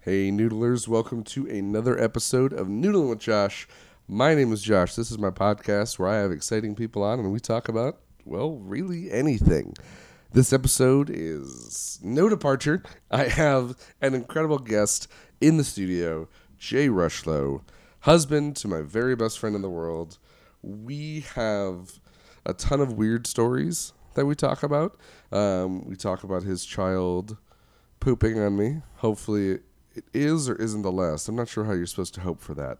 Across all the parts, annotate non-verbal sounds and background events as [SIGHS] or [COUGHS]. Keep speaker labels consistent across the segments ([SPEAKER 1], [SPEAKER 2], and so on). [SPEAKER 1] Hey, Noodlers, welcome to another episode of Noodling with Josh. My name is Josh. This is my podcast where I have exciting people on and we talk about, well, really anything. This episode is no departure. I have an incredible guest in the studio, Jay Rushlow, husband to my very best friend in the world. We have a ton of weird stories that we talk about. Um, we talk about his child pooping on me. Hopefully, it is or isn't the last. I'm not sure how you're supposed to hope for that,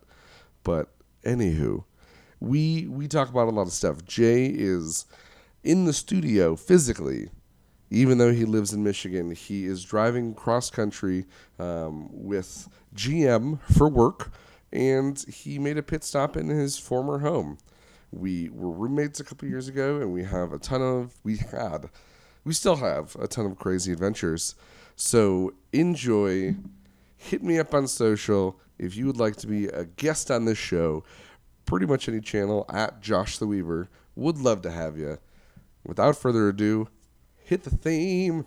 [SPEAKER 1] but anywho, we we talk about a lot of stuff. Jay is in the studio physically, even though he lives in Michigan. He is driving cross country um, with GM for work, and he made a pit stop in his former home. We were roommates a couple years ago, and we have a ton of we had we still have a ton of crazy adventures. So enjoy. Hit me up on social if you would like to be a guest on this show. Pretty much any channel at Josh the Weaver. Would love to have you. Without further ado, hit the theme.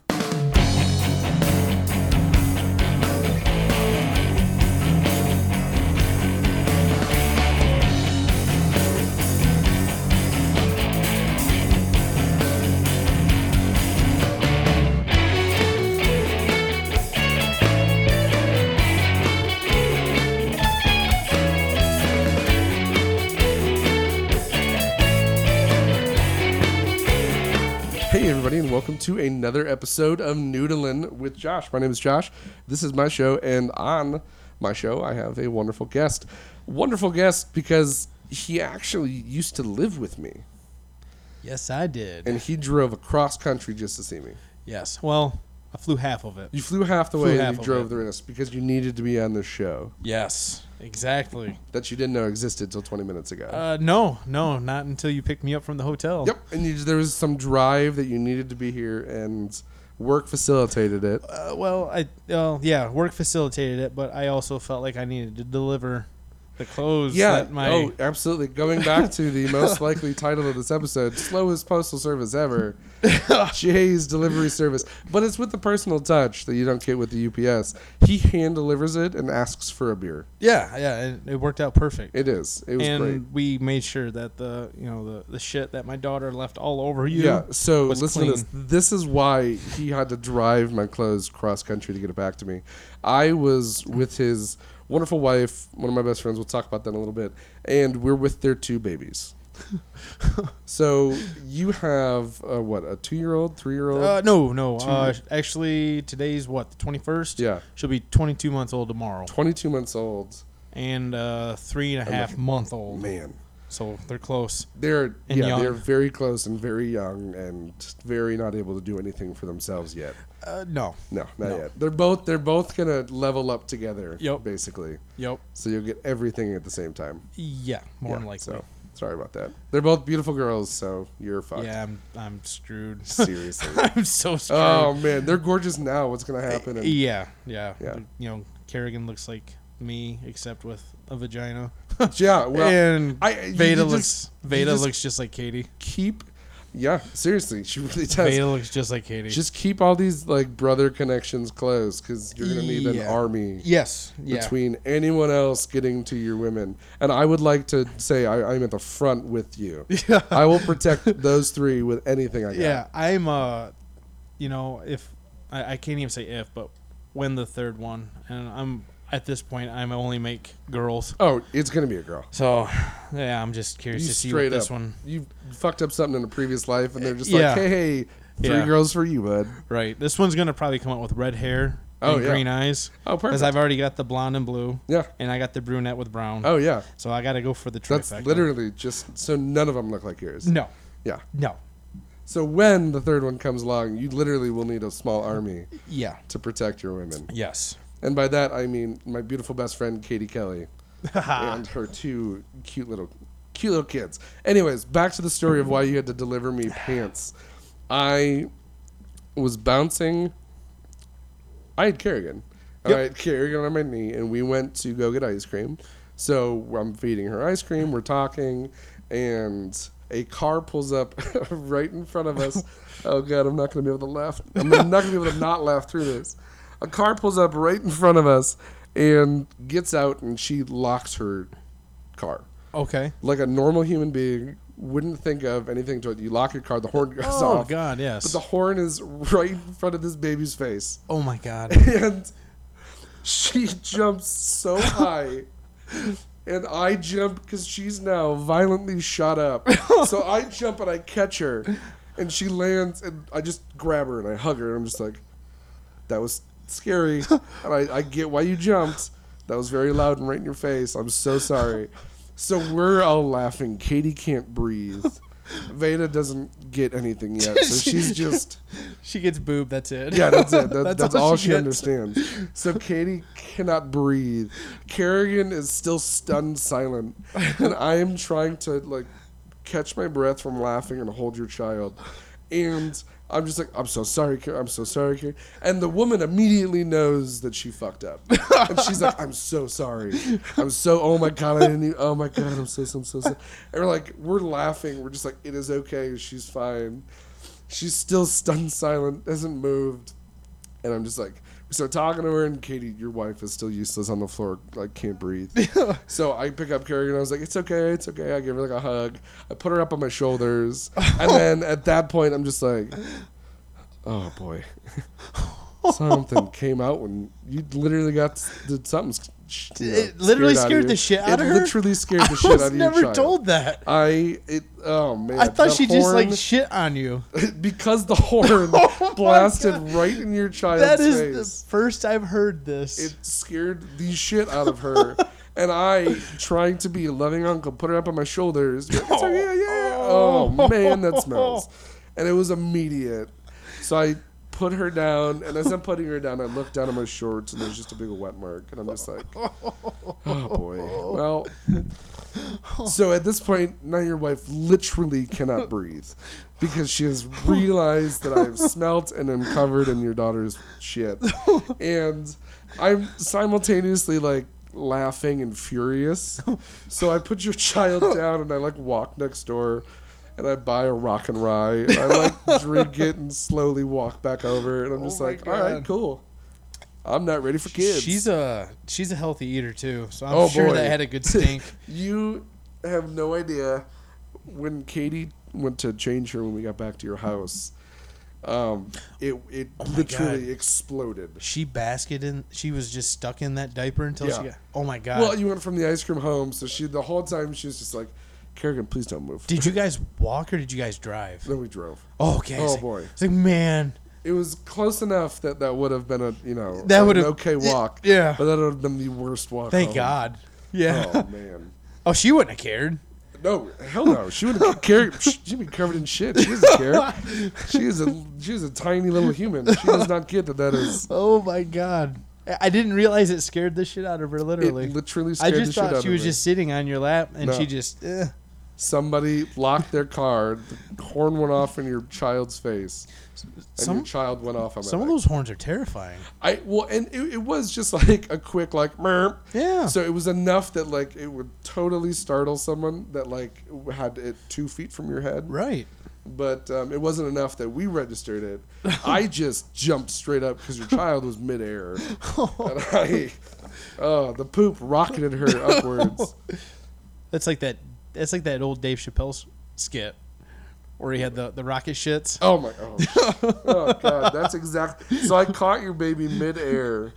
[SPEAKER 1] Hey, everybody, and welcome to another episode of Noodling with Josh. My name is Josh. This is my show, and on my show, I have a wonderful guest. Wonderful guest because he actually used to live with me,
[SPEAKER 2] Yes, I did.
[SPEAKER 1] and he drove across country just to see me.
[SPEAKER 2] yes. Well, I flew half of it.
[SPEAKER 1] You flew half the
[SPEAKER 2] Flew
[SPEAKER 1] way
[SPEAKER 2] half
[SPEAKER 1] and you
[SPEAKER 2] of
[SPEAKER 1] drove
[SPEAKER 2] it.
[SPEAKER 1] the rest because you needed to be on this show
[SPEAKER 2] Yes, exactly.
[SPEAKER 1] that you didn't know existed till 20 minutes ago.
[SPEAKER 2] Uh, no, no, not until you picked me up from the hotel.
[SPEAKER 1] yep, and you, there was some drive that you needed to be here, and work facilitated it.
[SPEAKER 2] Uh, well, I, well, yeah, work facilitated it, but I also felt like I needed to deliver the clothes
[SPEAKER 1] Yeah.
[SPEAKER 2] that my
[SPEAKER 1] oh, absolutely. Going back to
[SPEAKER 2] [LAUGHS]
[SPEAKER 1] the most likely title of this episode, slowest postal service
[SPEAKER 2] [LAUGHS]
[SPEAKER 1] ever. Jay's delivery service, but it's with the personal touch that you don't get with the UPS. He hand delivers it and asks for a beer.
[SPEAKER 2] yeah, yeah, it, it worked out perfect.
[SPEAKER 1] It is. It was
[SPEAKER 2] and
[SPEAKER 1] great.
[SPEAKER 2] we made sure that the you know the, the shit that my daughter left all over you.
[SPEAKER 1] Yeah. So
[SPEAKER 2] was
[SPEAKER 1] listen to this. This is why he had to drive my clothes cross country to get it back to me. I was with his wonderful wife, one of my best friends. We'll talk about that in a little bit. And we're with their two
[SPEAKER 2] [LAUGHS]
[SPEAKER 1] babies. so you have uh, what a two-year-old, three-year-old.
[SPEAKER 2] Uh, no, no. Uh, actually, today's what the twenty first.
[SPEAKER 1] yeah,
[SPEAKER 2] she'll be twenty two months old tomorrow.
[SPEAKER 1] twenty-two months old. Oh,
[SPEAKER 2] and uh, three and a half month old.
[SPEAKER 1] Man,
[SPEAKER 2] So they're close.
[SPEAKER 1] they're
[SPEAKER 2] And
[SPEAKER 1] yeah,
[SPEAKER 2] young.
[SPEAKER 1] they're very close and very young and very not able to do anything for themselves yet.
[SPEAKER 2] Uh, no.
[SPEAKER 1] No, not
[SPEAKER 2] No.
[SPEAKER 1] yet. They're both they're both gonna level up together.
[SPEAKER 2] Yep.
[SPEAKER 1] basically.
[SPEAKER 2] Yep.
[SPEAKER 1] So you'll get everything at the same time.
[SPEAKER 2] Yeah, more
[SPEAKER 1] Yeah,
[SPEAKER 2] than likely.
[SPEAKER 1] So sorry about that. They're both beautiful girls, so you're fucked.
[SPEAKER 2] Yeah, I'm I'm screwed.
[SPEAKER 1] [LAUGHS]
[SPEAKER 2] [LAUGHS]
[SPEAKER 1] Seriously.
[SPEAKER 2] I'm so screwed.
[SPEAKER 1] oh man, they're gorgeous now. What's gonna
[SPEAKER 2] Eh,
[SPEAKER 1] happen? in-
[SPEAKER 2] yeah, yeah,
[SPEAKER 1] Yeah.
[SPEAKER 2] You know, Kerrigan looks like me except with a vagina.
[SPEAKER 1] [LAUGHS]
[SPEAKER 2] [LAUGHS]
[SPEAKER 1] yeah. Well,
[SPEAKER 2] and
[SPEAKER 1] I- you- you
[SPEAKER 2] Veda
[SPEAKER 1] just-
[SPEAKER 2] looks
[SPEAKER 1] you
[SPEAKER 2] Veda
[SPEAKER 1] just-
[SPEAKER 2] looks just
[SPEAKER 1] [LAUGHS]
[SPEAKER 2] like Katie.
[SPEAKER 1] keep. Yeah, seriously, she really does.
[SPEAKER 2] Veda looks just like Katie.
[SPEAKER 1] Just keep all these like brother connections close, because you're gonna need an
[SPEAKER 2] Yeah.
[SPEAKER 1] army.
[SPEAKER 2] yes. Yeah.
[SPEAKER 1] Between anyone else getting to your women, and I would like to say I, I'm at the front with
[SPEAKER 2] [LAUGHS]
[SPEAKER 1] you.
[SPEAKER 2] [LAUGHS] yeah.
[SPEAKER 1] I will protect those three with anything I got.
[SPEAKER 2] Yeah, I'm uh you know, if I, I can't even say if, but when the third one and I'm at this point I'm only make girls.
[SPEAKER 1] Oh, it's gonna be a girl.
[SPEAKER 2] So yeah, I'm just curious
[SPEAKER 1] You
[SPEAKER 2] to see
[SPEAKER 1] straight
[SPEAKER 2] what this
[SPEAKER 1] up.
[SPEAKER 2] one
[SPEAKER 1] you fucked up something in a previous life, and they're just
[SPEAKER 2] Yeah.
[SPEAKER 1] like, hey, hey, three
[SPEAKER 2] Yeah.
[SPEAKER 1] girls for you, bud.
[SPEAKER 2] right. This one's gonna probably come out with red hair
[SPEAKER 1] Oh,
[SPEAKER 2] and
[SPEAKER 1] yeah.
[SPEAKER 2] green eyes.
[SPEAKER 1] Oh,
[SPEAKER 2] Because
[SPEAKER 1] perfect.
[SPEAKER 2] I've already got the blonde and blue
[SPEAKER 1] yeah.
[SPEAKER 2] and I got the brunette with brown.
[SPEAKER 1] Oh, yeah.
[SPEAKER 2] So I gotta go for the trifecta.
[SPEAKER 1] That's literally just so none of them look like yours.
[SPEAKER 2] No.
[SPEAKER 1] Yeah.
[SPEAKER 2] No.
[SPEAKER 1] So when the third one comes along, you literally will need a small army
[SPEAKER 2] Yeah.
[SPEAKER 1] to protect your women.
[SPEAKER 2] Yes.
[SPEAKER 1] And by that, I mean my beautiful best friend, Katie
[SPEAKER 2] [LAUGHS]
[SPEAKER 1] Kelly, and her two cute little, cute little kids. Anyways, back to the story of why you had to deliver me pants. I was bouncing. I had Kerrigan.
[SPEAKER 2] Yep.
[SPEAKER 1] I had Kerrigan on my knee, and we went to go get ice cream. So I'm feeding her ice cream. We're talking, and a car pulls up [LAUGHS]
[SPEAKER 2] [LAUGHS]
[SPEAKER 1] right in front of us. oh god, I'm not going to be able to laugh. I'm not going to be able to not laugh through this. a car pulls up right in front of us and gets out and she locks her car.
[SPEAKER 2] Okay.
[SPEAKER 1] Like a normal human being wouldn't think of anything to it. You lock your car, the horn goes
[SPEAKER 2] Oh
[SPEAKER 1] off.
[SPEAKER 2] God,
[SPEAKER 1] But
[SPEAKER 2] yes.
[SPEAKER 1] the horn is right in front of this baby's face.
[SPEAKER 2] Oh my [LAUGHS] God.
[SPEAKER 1] [LAUGHS] And she jumps so high. And I jump because she's now violently shot up. so I jump and I catch her. And she lands and I just grab her and I hug her. And I'm just like, that was scary. And I, I get why you jumped. That was very loud and right in your face. I'm so sorry. So we're all laughing. Katie can't breathe. Veda doesn't get anything yet. So she's just.
[SPEAKER 2] She gets boob. That's it.
[SPEAKER 1] Yeah, that's
[SPEAKER 2] [LAUGHS]
[SPEAKER 1] it. That, [LAUGHS] that's, all, she,
[SPEAKER 2] gets.
[SPEAKER 1] understands. So Katie cannot breathe. Kerrigan is still stunned silent. And I am trying to, like, catch my breath from laughing and hold your child. And I'm just like, I'm so sorry, Kerrigan. I'm so sorry, Kerrigan. And the woman immediately knows that she fucked up. And she's like, I'm so sorry. I'm so, oh my God, I didn't even, oh my God, I'm so, so, so, so. And we're like, we're laughing. We're just like, it is okay. She's fine. She's still stunned silent, hasn't moved. And I'm just like, we start talking to her, and Katie, your wife is still useless on the floor, like can't
[SPEAKER 2] [LAUGHS]
[SPEAKER 1] breathe. so I pick up Carrie, and I was like, it's okay, it's okay. I give her like a hug. I put her up on my shoulders.
[SPEAKER 2] [LAUGHS]
[SPEAKER 1] and then at that point, I'm just like, oh
[SPEAKER 2] [LAUGHS]
[SPEAKER 1] boy. something came out when you literally got did something. sh- you know,
[SPEAKER 2] It literally
[SPEAKER 1] out of
[SPEAKER 2] scared
[SPEAKER 1] you.
[SPEAKER 2] the shit out
[SPEAKER 1] it
[SPEAKER 2] of her?
[SPEAKER 1] literally
[SPEAKER 2] [LAUGHS]
[SPEAKER 1] scared the
[SPEAKER 2] [LAUGHS] I
[SPEAKER 1] shit out
[SPEAKER 2] was
[SPEAKER 1] of you.
[SPEAKER 2] never told that.
[SPEAKER 1] I it oh man.
[SPEAKER 2] I thought
[SPEAKER 1] The
[SPEAKER 2] she just like
[SPEAKER 1] horn-
[SPEAKER 2] shit on you.
[SPEAKER 1] [LAUGHS] because the horn
[SPEAKER 2] [LAUGHS] Oh my
[SPEAKER 1] blasted
[SPEAKER 2] God.
[SPEAKER 1] right in your child's
[SPEAKER 2] That is
[SPEAKER 1] face.
[SPEAKER 2] the first I've heard this.
[SPEAKER 1] It scared the shit out of
[SPEAKER 2] [LAUGHS]
[SPEAKER 1] her. and I, trying to be a loving uncle, put her up on my shoulders. It's like, yeah, yeah, yeah. Oh. man, that smells.
[SPEAKER 2] [LAUGHS]
[SPEAKER 1] And it was immediate. So I put her down, and as I'm putting her down, I look down at my shorts, and there's just a big wet mark. And I'm just
[SPEAKER 2] [LAUGHS]
[SPEAKER 1] like, oh boy. Well,
[SPEAKER 2] [LAUGHS]
[SPEAKER 1] so at this point, now your wife literally cannot breathe because she has realized that I
[SPEAKER 2] [LAUGHS]
[SPEAKER 1] have smelt and am covered in your daughter's shit. And I'm simultaneously like laughing and furious. So I put your child down and I like walk next door and I buy a rock and rye. And I like drink it and slowly walk back over. And I'm just
[SPEAKER 2] Oh my
[SPEAKER 1] like, all right,
[SPEAKER 2] God.
[SPEAKER 1] cool. I'm not ready for kids.
[SPEAKER 2] She's a she's a healthy eater too, so I'm
[SPEAKER 1] Oh,
[SPEAKER 2] sure
[SPEAKER 1] boy.
[SPEAKER 2] that had a
[SPEAKER 1] [LAUGHS]
[SPEAKER 2] good stink.
[SPEAKER 1] You have no idea when Katie went to change her when we got back to your house. Um, it it literally
[SPEAKER 2] Oh God.
[SPEAKER 1] exploded.
[SPEAKER 2] she basketed in. She was just stuck in that diaper until she
[SPEAKER 1] Yeah.
[SPEAKER 2] got. Oh my god!
[SPEAKER 1] Well, you went from the ice cream home, so she the whole time she was just like, "Kerrigan, please don't move."
[SPEAKER 2] did you guys walk or did you guys drive?
[SPEAKER 1] [LAUGHS] then we drove.
[SPEAKER 2] Oh, okay.
[SPEAKER 1] Oh,
[SPEAKER 2] It's like-
[SPEAKER 1] boy.
[SPEAKER 2] It's like man,
[SPEAKER 1] It was close enough that that would have been a you know
[SPEAKER 2] That
[SPEAKER 1] an
[SPEAKER 2] would've-
[SPEAKER 1] okay
[SPEAKER 2] y-
[SPEAKER 1] walk.
[SPEAKER 2] yeah.
[SPEAKER 1] but that would have been the worst walk.
[SPEAKER 2] thank
[SPEAKER 1] home.
[SPEAKER 2] God. Yeah.
[SPEAKER 1] Oh man.
[SPEAKER 2] [LAUGHS] Oh, she wouldn't have cared.
[SPEAKER 1] No, hell no. She would have carried. [LAUGHS] She'd be covered in shit. She doesn't care. She is a she is a tiny little human. She does not get that that is.
[SPEAKER 2] Oh my god! I- I didn't realize it scared the shit out of her.
[SPEAKER 1] It
[SPEAKER 2] Literally,
[SPEAKER 1] literally
[SPEAKER 2] I
[SPEAKER 1] scared
[SPEAKER 2] just
[SPEAKER 1] the shit
[SPEAKER 2] thought
[SPEAKER 1] out
[SPEAKER 2] she
[SPEAKER 1] of
[SPEAKER 2] was
[SPEAKER 1] me.
[SPEAKER 2] just sitting on your lap and
[SPEAKER 1] No.
[SPEAKER 2] she just. eh.
[SPEAKER 1] Somebody locked their car. The horn went off in your child's face, and
[SPEAKER 2] Some
[SPEAKER 1] your child went off on my
[SPEAKER 2] some of
[SPEAKER 1] back.
[SPEAKER 2] those horns are terrifying.
[SPEAKER 1] I well, and it, it was just like a quick like. Merp.
[SPEAKER 2] Yeah.
[SPEAKER 1] So it was enough that like it would totally startle someone that like had it two feet from your head.
[SPEAKER 2] right.
[SPEAKER 1] but um, it wasn't enough that we registered
[SPEAKER 2] [LAUGHS]
[SPEAKER 1] it. I just jumped straight up because your child was midair. and I, oh, the poop rocketed her
[SPEAKER 2] [LAUGHS]
[SPEAKER 1] upwards.
[SPEAKER 2] That's like that. That's like that old Dave Chappelle s- skit where he had the the rocket shits.
[SPEAKER 1] Oh my! Oh, oh god, that's exactly. So I caught your baby midair,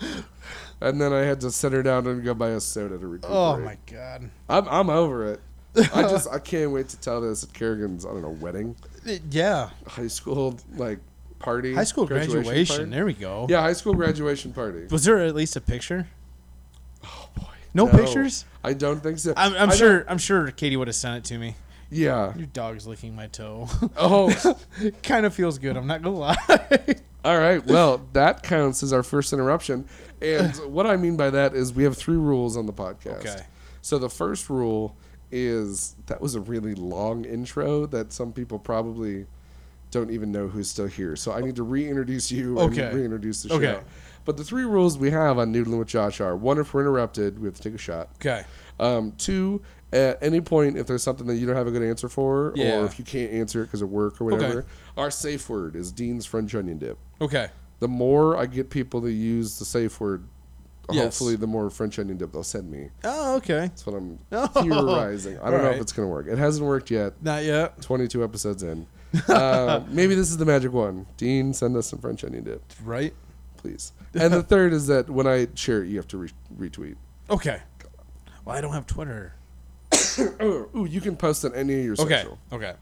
[SPEAKER 1] and then I had to sit her down and go buy a soda to recuperate.
[SPEAKER 2] Oh my god!
[SPEAKER 1] I'm I'm over it. I just I can't wait to tell this at Kerrigan's I don't know wedding,
[SPEAKER 2] It- Uh, yeah,
[SPEAKER 1] high school like party,
[SPEAKER 2] high school graduation.
[SPEAKER 1] party?
[SPEAKER 2] There we go.
[SPEAKER 1] Yeah, high school graduation party.
[SPEAKER 2] Was there at least a picture?
[SPEAKER 1] Oh boy.
[SPEAKER 2] No pictures?
[SPEAKER 1] I don't think so.
[SPEAKER 2] I'm, I'm
[SPEAKER 1] I don't-
[SPEAKER 2] sure. I'm sure Katie would have sent it to me.
[SPEAKER 1] Yeah.
[SPEAKER 2] Your dog's licking my toe. [LAUGHS]
[SPEAKER 1] Oh,
[SPEAKER 2] it kind of feels good. I'm not gonna lie.
[SPEAKER 1] all right. Well, that counts as our first interruption.
[SPEAKER 2] [LAUGHS]
[SPEAKER 1] And what I mean by that is we have three rules on the podcast.
[SPEAKER 2] Okay.
[SPEAKER 1] So the first rule is that was a really long intro that some people probably don't even know who's still here. So I need to reintroduce you
[SPEAKER 2] Okay.
[SPEAKER 1] and reintroduce the show.
[SPEAKER 2] Okay.
[SPEAKER 1] But the three rules we have on Noodling with Josh are one, if we're interrupted, we have to take a shot.
[SPEAKER 2] okay.
[SPEAKER 1] Um, two, at any point, if there's something that you don't have a good answer for,
[SPEAKER 2] Yeah.
[SPEAKER 1] or if you can't answer it because of work or whatever, our safe word is Dean's French onion dip.
[SPEAKER 2] Okay.
[SPEAKER 1] the more I get people to use the safe word,
[SPEAKER 2] Yes.
[SPEAKER 1] hopefully the more French ending dip they'll send me.
[SPEAKER 2] Oh, okay.
[SPEAKER 1] That's what I'm
[SPEAKER 2] [LAUGHS] Oh.
[SPEAKER 1] theorizing. I don't know if
[SPEAKER 2] Alright.
[SPEAKER 1] it's gonna work. It hasn't worked yet.
[SPEAKER 2] Not yet.
[SPEAKER 1] 22 episodes in.
[SPEAKER 2] [LAUGHS]
[SPEAKER 1] Uh, maybe this is the magic one. Dean, send us some French onion dip,
[SPEAKER 2] Right.
[SPEAKER 1] please. And the third is that when I share it, you have to re-
[SPEAKER 2] [LAUGHS]
[SPEAKER 1] retweet.
[SPEAKER 2] Okay. Well, I don't have Twitter.
[SPEAKER 1] Oh, ooh, you can post on any of your
[SPEAKER 2] Okay.
[SPEAKER 1] social.
[SPEAKER 2] Okay.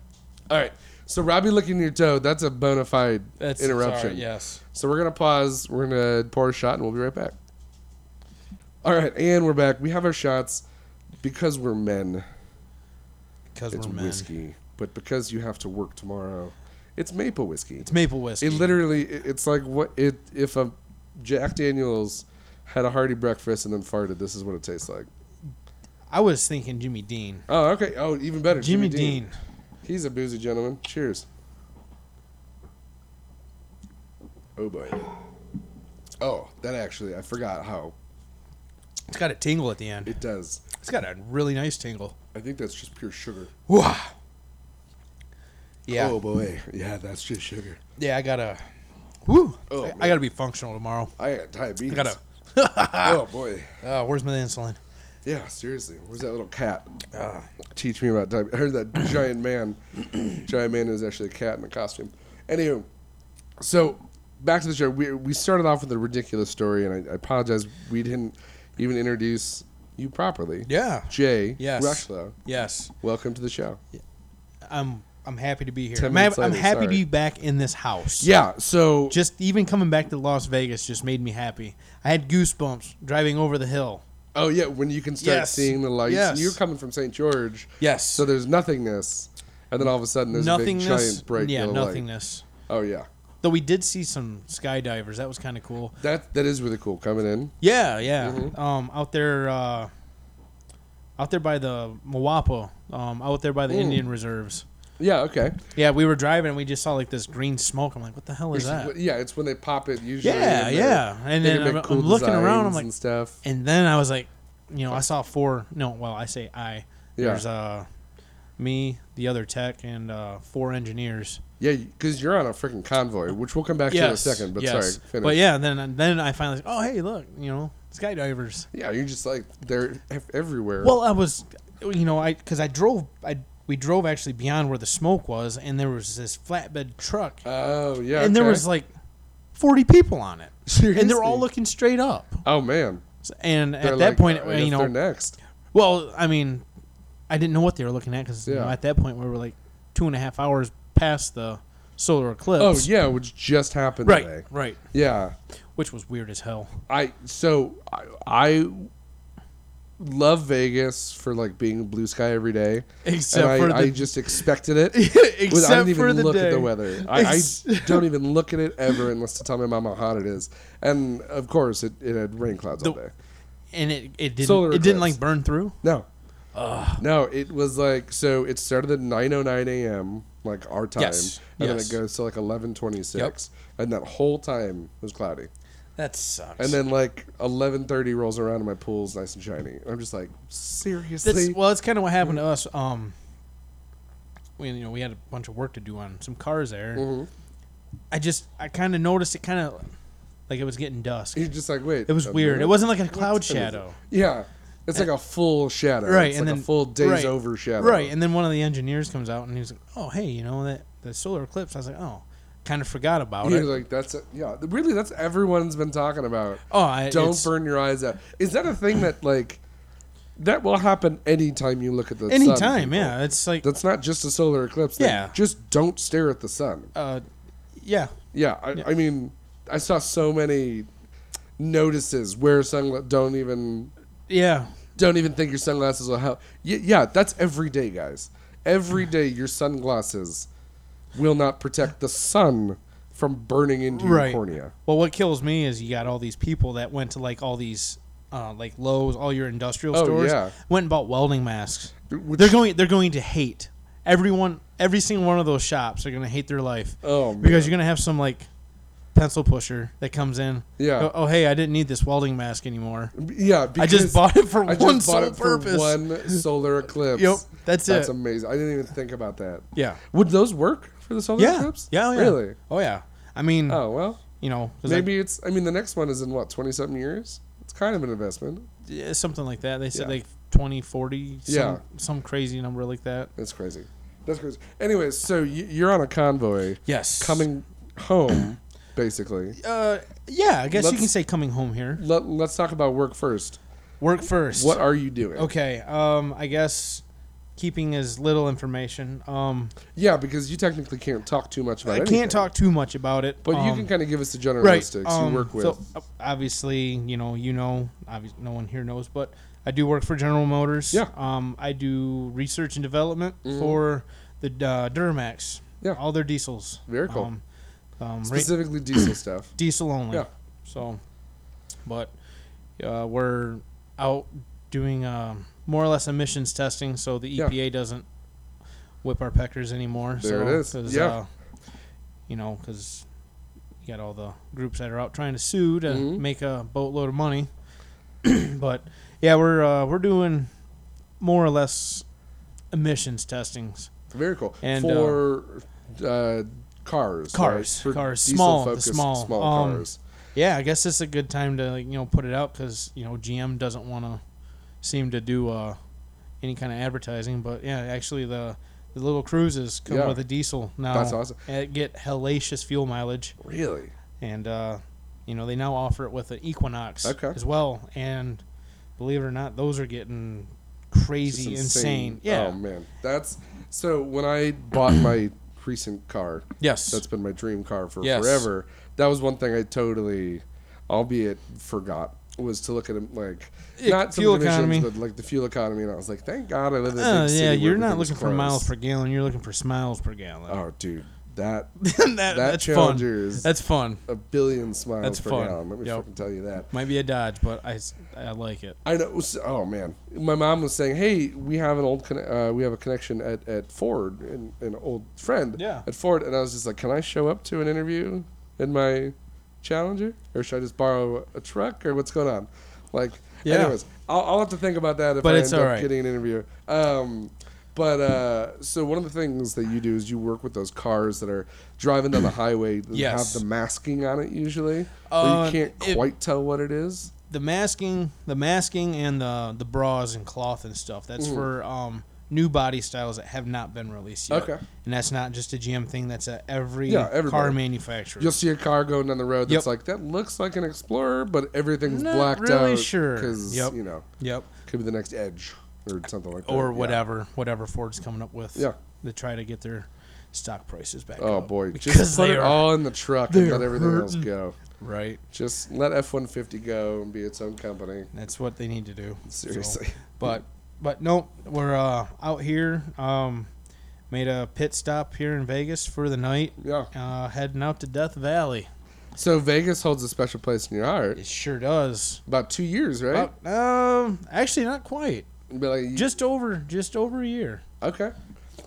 [SPEAKER 1] All right. So Robbie licking your toe, that's a bona fide
[SPEAKER 2] That's
[SPEAKER 1] interruption.
[SPEAKER 2] sorry, yes.
[SPEAKER 1] So we're gonna pause. We're gonna pour a shot, and we'll be right back. All right, and we're back. We have our shots because we're men.
[SPEAKER 2] Because
[SPEAKER 1] It's
[SPEAKER 2] we're men.
[SPEAKER 1] whiskey, but because you have to work tomorrow, it's maple whiskey.
[SPEAKER 2] It's maple whiskey.
[SPEAKER 1] It literally, it- it's like what it if a Jack Daniels had a hearty breakfast and then farted. This is what it tastes like.
[SPEAKER 2] I was thinking Jimmy Dean.
[SPEAKER 1] Oh, okay. Oh, even better.
[SPEAKER 2] Jimmy, Dean.
[SPEAKER 1] He's a boozy gentleman. Cheers. Oh boy. Oh, that actually, I forgot how
[SPEAKER 2] It's got a tingle at the end.
[SPEAKER 1] it does.
[SPEAKER 2] It's got a really nice tingle.
[SPEAKER 1] I think that's just pure sugar.
[SPEAKER 2] Wow. Yeah.
[SPEAKER 1] Oh boy. Yeah, that's just sugar.
[SPEAKER 2] Yeah, I gotta. Woo!
[SPEAKER 1] Oh,
[SPEAKER 2] I, I
[SPEAKER 1] man.
[SPEAKER 2] gotta be functional tomorrow.
[SPEAKER 1] I got diabetes.
[SPEAKER 2] I gotta.
[SPEAKER 1] [LAUGHS] oh boy.
[SPEAKER 2] Uh, where's my insulin?
[SPEAKER 1] Yeah, seriously. Where's that little cat? Ah, Teach me about time. I heard
[SPEAKER 2] [COUGHS]
[SPEAKER 1] that giant man. giant man is actually a cat in a costume. Anywho, so back to the show. We, we started off with a ridiculous story, and I, I apologize. We didn't even introduce you properly.
[SPEAKER 2] Yeah.
[SPEAKER 1] Jay
[SPEAKER 2] Yes.
[SPEAKER 1] Rushlow,
[SPEAKER 2] Yes.
[SPEAKER 1] welcome to the show.
[SPEAKER 2] I'm. I'm happy to be here.
[SPEAKER 1] Ten
[SPEAKER 2] I'm,
[SPEAKER 1] minutes
[SPEAKER 2] hap- I'm
[SPEAKER 1] later,
[SPEAKER 2] happy
[SPEAKER 1] sorry.
[SPEAKER 2] to be back in this house.
[SPEAKER 1] Yeah, so
[SPEAKER 2] Just even coming back to Las Vegas just made me happy. I had goosebumps driving over the hill.
[SPEAKER 1] oh yeah, when you can start
[SPEAKER 2] Yes.
[SPEAKER 1] seeing the lights,
[SPEAKER 2] Yes.
[SPEAKER 1] and you're coming from St. George,
[SPEAKER 2] Yes.
[SPEAKER 1] so there's nothingness, and then all of a sudden there's
[SPEAKER 2] nothingness.
[SPEAKER 1] a big giant bright
[SPEAKER 2] yeah.
[SPEAKER 1] yellow light.
[SPEAKER 2] Nothingness.
[SPEAKER 1] Oh yeah,
[SPEAKER 2] Though we did see some skydivers. That was kind of cool.
[SPEAKER 1] that that is really cool coming in.
[SPEAKER 2] Yeah. Yeah.
[SPEAKER 1] Mm-hmm.
[SPEAKER 2] Um. Out there. Uh. Out there by the Moapa. Um. Out there by the Indian reserves.
[SPEAKER 1] Yeah, okay.
[SPEAKER 2] Yeah, we were driving and we just saw like this green smoke. I'm like, what the hell is that?
[SPEAKER 1] Yeah, it's when they pop it usually.
[SPEAKER 2] Yeah,
[SPEAKER 1] and they-
[SPEAKER 2] yeah. And
[SPEAKER 1] they
[SPEAKER 2] then
[SPEAKER 1] can make
[SPEAKER 2] I'm,
[SPEAKER 1] cool
[SPEAKER 2] I'm looking around. I'm
[SPEAKER 1] designs
[SPEAKER 2] like,
[SPEAKER 1] and stuff.
[SPEAKER 2] and then I was like, you know, I saw four. No, well, I say I.
[SPEAKER 1] Yeah.
[SPEAKER 2] There's uh, me, the other tech, and uh, four engineers.
[SPEAKER 1] Yeah, because you're on a freaking convoy, which we'll come back
[SPEAKER 2] Yes,
[SPEAKER 1] to in a second. But
[SPEAKER 2] yes.
[SPEAKER 1] sorry, finish.
[SPEAKER 2] But yeah, then then I finally, oh hey, look, you know, skydivers.
[SPEAKER 1] yeah, you're just like they're ev- everywhere.
[SPEAKER 2] Well, I was, you know, I because I drove, I we drove actually beyond where the smoke was, and there was this flatbed truck,
[SPEAKER 1] oh yeah,
[SPEAKER 2] and there
[SPEAKER 1] okay.
[SPEAKER 2] was like forty people on it.
[SPEAKER 1] Seriously?
[SPEAKER 2] and they're all looking straight up.
[SPEAKER 1] Oh man,
[SPEAKER 2] And
[SPEAKER 1] They're
[SPEAKER 2] at
[SPEAKER 1] like,
[SPEAKER 2] that point,
[SPEAKER 1] I guess
[SPEAKER 2] you know,
[SPEAKER 1] they're next.
[SPEAKER 2] well, I mean, I didn't know what they were looking at because
[SPEAKER 1] Yeah.
[SPEAKER 2] at that point we were like two and a half hours past the solar
[SPEAKER 1] Oh
[SPEAKER 2] eclipse.
[SPEAKER 1] yeah, which just happened
[SPEAKER 2] right,
[SPEAKER 1] today.
[SPEAKER 2] right,
[SPEAKER 1] Yeah,
[SPEAKER 2] which was weird as hell.
[SPEAKER 1] I so I, I love Vegas for like being blue sky every day.
[SPEAKER 2] Except
[SPEAKER 1] and I,
[SPEAKER 2] for the-
[SPEAKER 1] I just expected
[SPEAKER 2] [LAUGHS]
[SPEAKER 1] it.
[SPEAKER 2] Except
[SPEAKER 1] With- I don't even
[SPEAKER 2] for the
[SPEAKER 1] look at
[SPEAKER 2] day.
[SPEAKER 1] the weather. I,
[SPEAKER 2] Ex-
[SPEAKER 1] I don't even look at it ever unless to tell my mom how hot it is. And of course, it, it had rain clouds all
[SPEAKER 2] The-
[SPEAKER 1] day.
[SPEAKER 2] And it it didn't
[SPEAKER 1] Solar
[SPEAKER 2] it didn't
[SPEAKER 1] eclipse.
[SPEAKER 2] like burn through.
[SPEAKER 1] No, no, it was like so. It started at nine oh nine a.m. like our time,
[SPEAKER 2] Yes,
[SPEAKER 1] and
[SPEAKER 2] yes.
[SPEAKER 1] then it goes to like eleven twenty six, and that whole time was cloudy.
[SPEAKER 2] That sucks.
[SPEAKER 1] And then like eleven thirty rolls around, and my pool's nice and shiny. I'm just like, seriously.
[SPEAKER 2] that's, well, that's kind of what happened to us. Um, we you know we had a bunch of work to do on some cars there.
[SPEAKER 1] Mhm.
[SPEAKER 2] I just I kind of noticed it kind of like it was getting dusk.
[SPEAKER 1] You're just like, wait.
[SPEAKER 2] It was
[SPEAKER 1] a
[SPEAKER 2] weird.
[SPEAKER 1] minute.
[SPEAKER 2] It wasn't like a
[SPEAKER 1] Oh, What time
[SPEAKER 2] cloud
[SPEAKER 1] is it?
[SPEAKER 2] shadow.
[SPEAKER 1] Yeah, it's like a full shadow.
[SPEAKER 2] Right,
[SPEAKER 1] it's
[SPEAKER 2] and
[SPEAKER 1] like a
[SPEAKER 2] then-
[SPEAKER 1] full days
[SPEAKER 2] right,
[SPEAKER 1] over shadow.
[SPEAKER 2] Right, and then one of the engineers comes out and he's like, "Oh, hey, you know that the solar eclipse." I was like, "Oh, kind of forgot about
[SPEAKER 1] Yeah,
[SPEAKER 2] it."
[SPEAKER 1] like that's a, yeah. th- Really, that's everyone's been talking about.
[SPEAKER 2] oh, I,
[SPEAKER 1] Don't
[SPEAKER 2] it's-
[SPEAKER 1] burn your eyes out. Is that a thing that like that will happen anytime you look at the sun?
[SPEAKER 2] anytime.
[SPEAKER 1] people?
[SPEAKER 2] Yeah, it's like
[SPEAKER 1] That's not just a solar eclipse. thing.
[SPEAKER 2] Yeah.
[SPEAKER 1] Just don't stare at the sun.
[SPEAKER 2] uh, yeah,
[SPEAKER 1] Yeah. I, I mean, I saw so many notices where sunglasses don't even
[SPEAKER 2] yeah,
[SPEAKER 1] don't even think your sunglasses will help. Y- yeah, that's every day, guys. Every day, your sunglasses will not protect the sun from burning into your
[SPEAKER 2] right.
[SPEAKER 1] cornea.
[SPEAKER 2] Well, what kills me is you got all these people that went to like all these. Uh, like Lowe's, all your industrial
[SPEAKER 1] Oh,
[SPEAKER 2] stores
[SPEAKER 1] yeah.
[SPEAKER 2] went and bought welding masks.
[SPEAKER 1] Which-
[SPEAKER 2] they're going. They're going to hate everyone. Every single one of those shops are going to hate their life.
[SPEAKER 1] Oh, man.
[SPEAKER 2] because you're gonna have some like pencil pusher that comes in.
[SPEAKER 1] Yeah.
[SPEAKER 2] Oh, oh, hey, I didn't need this welding mask anymore.
[SPEAKER 1] yeah,
[SPEAKER 2] I
[SPEAKER 1] because
[SPEAKER 2] just bought it
[SPEAKER 1] [LAUGHS]
[SPEAKER 2] for
[SPEAKER 1] I just
[SPEAKER 2] one
[SPEAKER 1] bought
[SPEAKER 2] sole
[SPEAKER 1] it for
[SPEAKER 2] purpose.
[SPEAKER 1] one solar eclipse.
[SPEAKER 2] Yep, that's
[SPEAKER 1] That's
[SPEAKER 2] it.
[SPEAKER 1] amazing. I didn't even think about that.
[SPEAKER 2] Yeah.
[SPEAKER 1] Would those work for the solar
[SPEAKER 2] Yeah.
[SPEAKER 1] eclipse?
[SPEAKER 2] Yeah. oh, yeah.
[SPEAKER 1] Really?
[SPEAKER 2] Oh yeah. I mean,
[SPEAKER 1] Oh well.
[SPEAKER 2] You know, 'cause I-
[SPEAKER 1] Maybe it's. I mean, the next one is in what twenty something years. It's kind of an investment.
[SPEAKER 2] yeah, something like that. They said
[SPEAKER 1] Yeah.
[SPEAKER 2] like 20, 40, some,
[SPEAKER 1] Yeah.
[SPEAKER 2] some crazy number like that.
[SPEAKER 1] That's crazy. That's crazy. Anyways, so you, you're on a convoy
[SPEAKER 2] Yes.
[SPEAKER 1] coming home, basically.
[SPEAKER 2] Uh, yeah, I guess you
[SPEAKER 1] Let's-
[SPEAKER 2] can say coming home here.
[SPEAKER 1] Let, let's talk about work first.
[SPEAKER 2] Work first.
[SPEAKER 1] What are you doing?
[SPEAKER 2] Okay. Um, I guess keeping as little information. Um,
[SPEAKER 1] Yeah, because you technically can't talk too much about.
[SPEAKER 2] I
[SPEAKER 1] anything,
[SPEAKER 2] can't talk too much about it.
[SPEAKER 1] But you
[SPEAKER 2] um,
[SPEAKER 1] can kind of give us the
[SPEAKER 2] right.
[SPEAKER 1] generalistics
[SPEAKER 2] um,
[SPEAKER 1] you work with.
[SPEAKER 2] So uh, obviously, you know, you know, obvi- no one here knows, but I do work for General Motors.
[SPEAKER 1] Yeah.
[SPEAKER 2] Um, I do research and development
[SPEAKER 1] Mhm.
[SPEAKER 2] for the uh, Duramax.
[SPEAKER 1] Yeah.
[SPEAKER 2] All their diesels.
[SPEAKER 1] Very cool.
[SPEAKER 2] Um, um, ra-
[SPEAKER 1] Specifically, diesel stuff.
[SPEAKER 2] diesel only.
[SPEAKER 1] Yeah.
[SPEAKER 2] So, but uh, we're out doing um, more or less emissions testing, so the
[SPEAKER 1] Yeah.
[SPEAKER 2] EPA doesn't whip our peckers anymore.
[SPEAKER 1] There
[SPEAKER 2] so,
[SPEAKER 1] it is.
[SPEAKER 2] 'cause,
[SPEAKER 1] Yeah.
[SPEAKER 2] Uh, you know, because you got all the groups that are out trying to sue to
[SPEAKER 1] Mhm.
[SPEAKER 2] make a boatload of money. [CLEARS THROAT] but yeah, we're uh, we're doing more or less emissions testings.
[SPEAKER 1] Very cool.
[SPEAKER 2] And, um,
[SPEAKER 1] for uh, cars.
[SPEAKER 2] Cars,
[SPEAKER 1] right? For
[SPEAKER 2] cars,
[SPEAKER 1] diesel
[SPEAKER 2] small, the
[SPEAKER 1] focused
[SPEAKER 2] small,
[SPEAKER 1] small
[SPEAKER 2] um,
[SPEAKER 1] cars.
[SPEAKER 2] Yeah, I guess this is a good time to like, you know put it out because you know GM doesn't want to seem to do uh, any kind of advertising. But yeah, actually the the little cruises come
[SPEAKER 1] Yeah.
[SPEAKER 2] with a diesel now.
[SPEAKER 1] That's awesome.
[SPEAKER 2] and get hellacious fuel mileage,
[SPEAKER 1] Really?
[SPEAKER 2] and uh, you know they now offer it with an Equinox
[SPEAKER 1] Okay.
[SPEAKER 2] as well. And believe it or not, those are getting crazy,
[SPEAKER 1] Just
[SPEAKER 2] insane. Yeah.
[SPEAKER 1] Oh man, that's so. When I bought my recent car,
[SPEAKER 2] yes.
[SPEAKER 1] that's been my dream car for
[SPEAKER 2] Yes.
[SPEAKER 1] forever. That was one thing I totally, albeit forgot, was to look at him like
[SPEAKER 2] Yeah,
[SPEAKER 1] not some
[SPEAKER 2] fuel
[SPEAKER 1] of the emissions,
[SPEAKER 2] economy.
[SPEAKER 1] but like the fuel economy. And I was like, thank God I live in a
[SPEAKER 2] Uh,
[SPEAKER 1] big city
[SPEAKER 2] yeah,
[SPEAKER 1] where
[SPEAKER 2] you're not
[SPEAKER 1] everything's
[SPEAKER 2] looking for miles per
[SPEAKER 1] closed."
[SPEAKER 2] gallon. You're looking for smiles per gallon.
[SPEAKER 1] Oh, dude, that
[SPEAKER 2] [LAUGHS] that,
[SPEAKER 1] that
[SPEAKER 2] that's fun.
[SPEAKER 1] Challenger is
[SPEAKER 2] That's fun.
[SPEAKER 1] a billion smiles
[SPEAKER 2] That's
[SPEAKER 1] per
[SPEAKER 2] fun.
[SPEAKER 1] gallon. Let me
[SPEAKER 2] Yep.
[SPEAKER 1] fucking tell you that.
[SPEAKER 2] Might be a dodge, but I, s- I like it.
[SPEAKER 1] I know. so- Oh man, my mom was saying, "Hey, we have an old, conne- uh, we have a connection at, at Ford, an, an old friend
[SPEAKER 2] Yeah.
[SPEAKER 1] at Ford," and I was just like, "Can I show up to an interview in my Challenger, or should I just borrow a truck, or what's going on?" Like,
[SPEAKER 2] Yeah.
[SPEAKER 1] anyways, I'll, I'll have to think about that if
[SPEAKER 2] But
[SPEAKER 1] I
[SPEAKER 2] it's
[SPEAKER 1] end up
[SPEAKER 2] alright.
[SPEAKER 1] getting an interview. Um, but uh, so one of the things that you do is you work with those cars that are driving down the highway that
[SPEAKER 2] Yes.
[SPEAKER 1] have the masking on it usually, where
[SPEAKER 2] Uh,
[SPEAKER 1] you can't
[SPEAKER 2] it-
[SPEAKER 1] quite tell what it is.
[SPEAKER 2] The masking, the masking, and the the bras and cloth and stuff. That's
[SPEAKER 1] Mhm.
[SPEAKER 2] for um new body styles that have not been released yet.
[SPEAKER 1] Okay.
[SPEAKER 2] And that's not just a GM thing. That's at every
[SPEAKER 1] Yeah,
[SPEAKER 2] car
[SPEAKER 1] everybody.
[SPEAKER 2] manufacturer.
[SPEAKER 1] You'll see a car going down the road that's
[SPEAKER 2] Yep.
[SPEAKER 1] like that looks like an Explorer, but everything's
[SPEAKER 2] Not
[SPEAKER 1] blacked
[SPEAKER 2] really
[SPEAKER 1] out
[SPEAKER 2] sure.
[SPEAKER 1] because
[SPEAKER 2] Yep.
[SPEAKER 1] you know
[SPEAKER 2] yep.
[SPEAKER 1] could be the next Edge or something like that.
[SPEAKER 2] Or
[SPEAKER 1] Yeah.
[SPEAKER 2] whatever, whatever Ford's coming up with.
[SPEAKER 1] Yeah.
[SPEAKER 2] To try to get their stock prices back.
[SPEAKER 1] Oh
[SPEAKER 2] up. [LAUGHS]
[SPEAKER 1] boy,
[SPEAKER 2] Because
[SPEAKER 1] just put
[SPEAKER 2] they
[SPEAKER 1] it
[SPEAKER 2] are
[SPEAKER 1] all in the truck and
[SPEAKER 2] they're
[SPEAKER 1] let everything else
[SPEAKER 2] hurting.
[SPEAKER 1] go.
[SPEAKER 2] right.
[SPEAKER 1] Just let F one fifty go and be its own company.
[SPEAKER 2] That's what they need to do. So-
[SPEAKER 1] Seriously,
[SPEAKER 2] but but nope, we're uh, out here. Um, made a pit stop here in Vegas for the night.
[SPEAKER 1] [LAUGHS] yeah.
[SPEAKER 2] Uh, heading out to Death Valley.
[SPEAKER 1] So Vegas holds a special place in your heart.
[SPEAKER 2] It sure does.
[SPEAKER 1] About two years, right?
[SPEAKER 2] About- um, actually, not quite.
[SPEAKER 1] But like,
[SPEAKER 2] Just over, just over a year.
[SPEAKER 1] okay.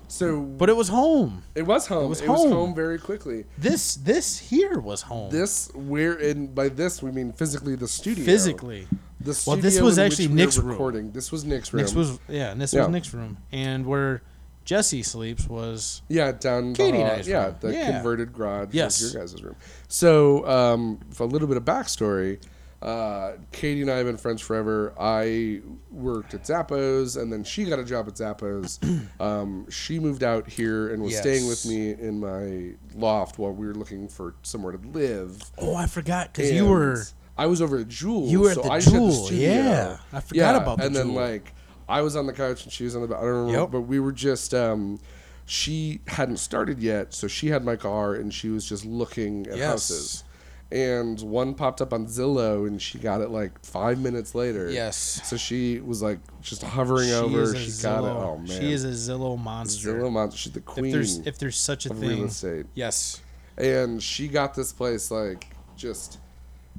[SPEAKER 1] So
[SPEAKER 2] But it was home.
[SPEAKER 1] it was home. It
[SPEAKER 2] was
[SPEAKER 1] was, home.
[SPEAKER 2] home.
[SPEAKER 1] very quickly.
[SPEAKER 2] This this here was home.
[SPEAKER 1] This we're in. By this we mean physically the studio.
[SPEAKER 2] physically,
[SPEAKER 1] The
[SPEAKER 2] Well, this
[SPEAKER 1] studio
[SPEAKER 2] was
[SPEAKER 1] in
[SPEAKER 2] actually
[SPEAKER 1] which we
[SPEAKER 2] Nick's
[SPEAKER 1] were
[SPEAKER 2] room.
[SPEAKER 1] recording. This was Nick's room.
[SPEAKER 2] Nick's was yeah, and this
[SPEAKER 1] Yeah.
[SPEAKER 2] was Nick's room, and where Jesse sleeps was
[SPEAKER 1] yeah, down
[SPEAKER 2] Katie
[SPEAKER 1] the
[SPEAKER 2] and
[SPEAKER 1] hall.
[SPEAKER 2] I's
[SPEAKER 1] yeah,
[SPEAKER 2] room.
[SPEAKER 1] the
[SPEAKER 2] Yeah.
[SPEAKER 1] converted garage
[SPEAKER 2] Yes.
[SPEAKER 1] was your guys' room. So, um, for a little bit of backstory, uh, Katie and I have been friends forever. I worked at Zappos, and then she got a job at
[SPEAKER 2] [CLEARS THROAT]
[SPEAKER 1] Zappos. um, she moved out here and was
[SPEAKER 2] Yes.
[SPEAKER 1] staying with me in my loft while we were looking for somewhere to live.
[SPEAKER 2] oh I forgot because you
[SPEAKER 1] And
[SPEAKER 2] were
[SPEAKER 1] I was over at Jewel.
[SPEAKER 2] you were at
[SPEAKER 1] so
[SPEAKER 2] the
[SPEAKER 1] I just had
[SPEAKER 2] Jewel.
[SPEAKER 1] studio.
[SPEAKER 2] yeah, I forgot about the
[SPEAKER 1] and
[SPEAKER 2] Jewel.
[SPEAKER 1] then like I was on the couch and she was on the bed. I don't remember,
[SPEAKER 2] Yep.
[SPEAKER 1] but we were just um, she hadn't started yet, so she had my car and she was just looking at
[SPEAKER 2] Yes.
[SPEAKER 1] houses. And one popped up on Zillow and she got it like five minutes later.
[SPEAKER 2] yes,
[SPEAKER 1] So she was like just hovering
[SPEAKER 2] She
[SPEAKER 1] over.
[SPEAKER 2] is a
[SPEAKER 1] She got it.
[SPEAKER 2] Zillow-
[SPEAKER 1] Oh man.
[SPEAKER 2] She is a Zillow monster.
[SPEAKER 1] Zillow monster. She's the
[SPEAKER 2] if
[SPEAKER 1] queen
[SPEAKER 2] there's if there's such a
[SPEAKER 1] of real
[SPEAKER 2] thing.
[SPEAKER 1] estate.
[SPEAKER 2] Yes.
[SPEAKER 1] And she got this place like just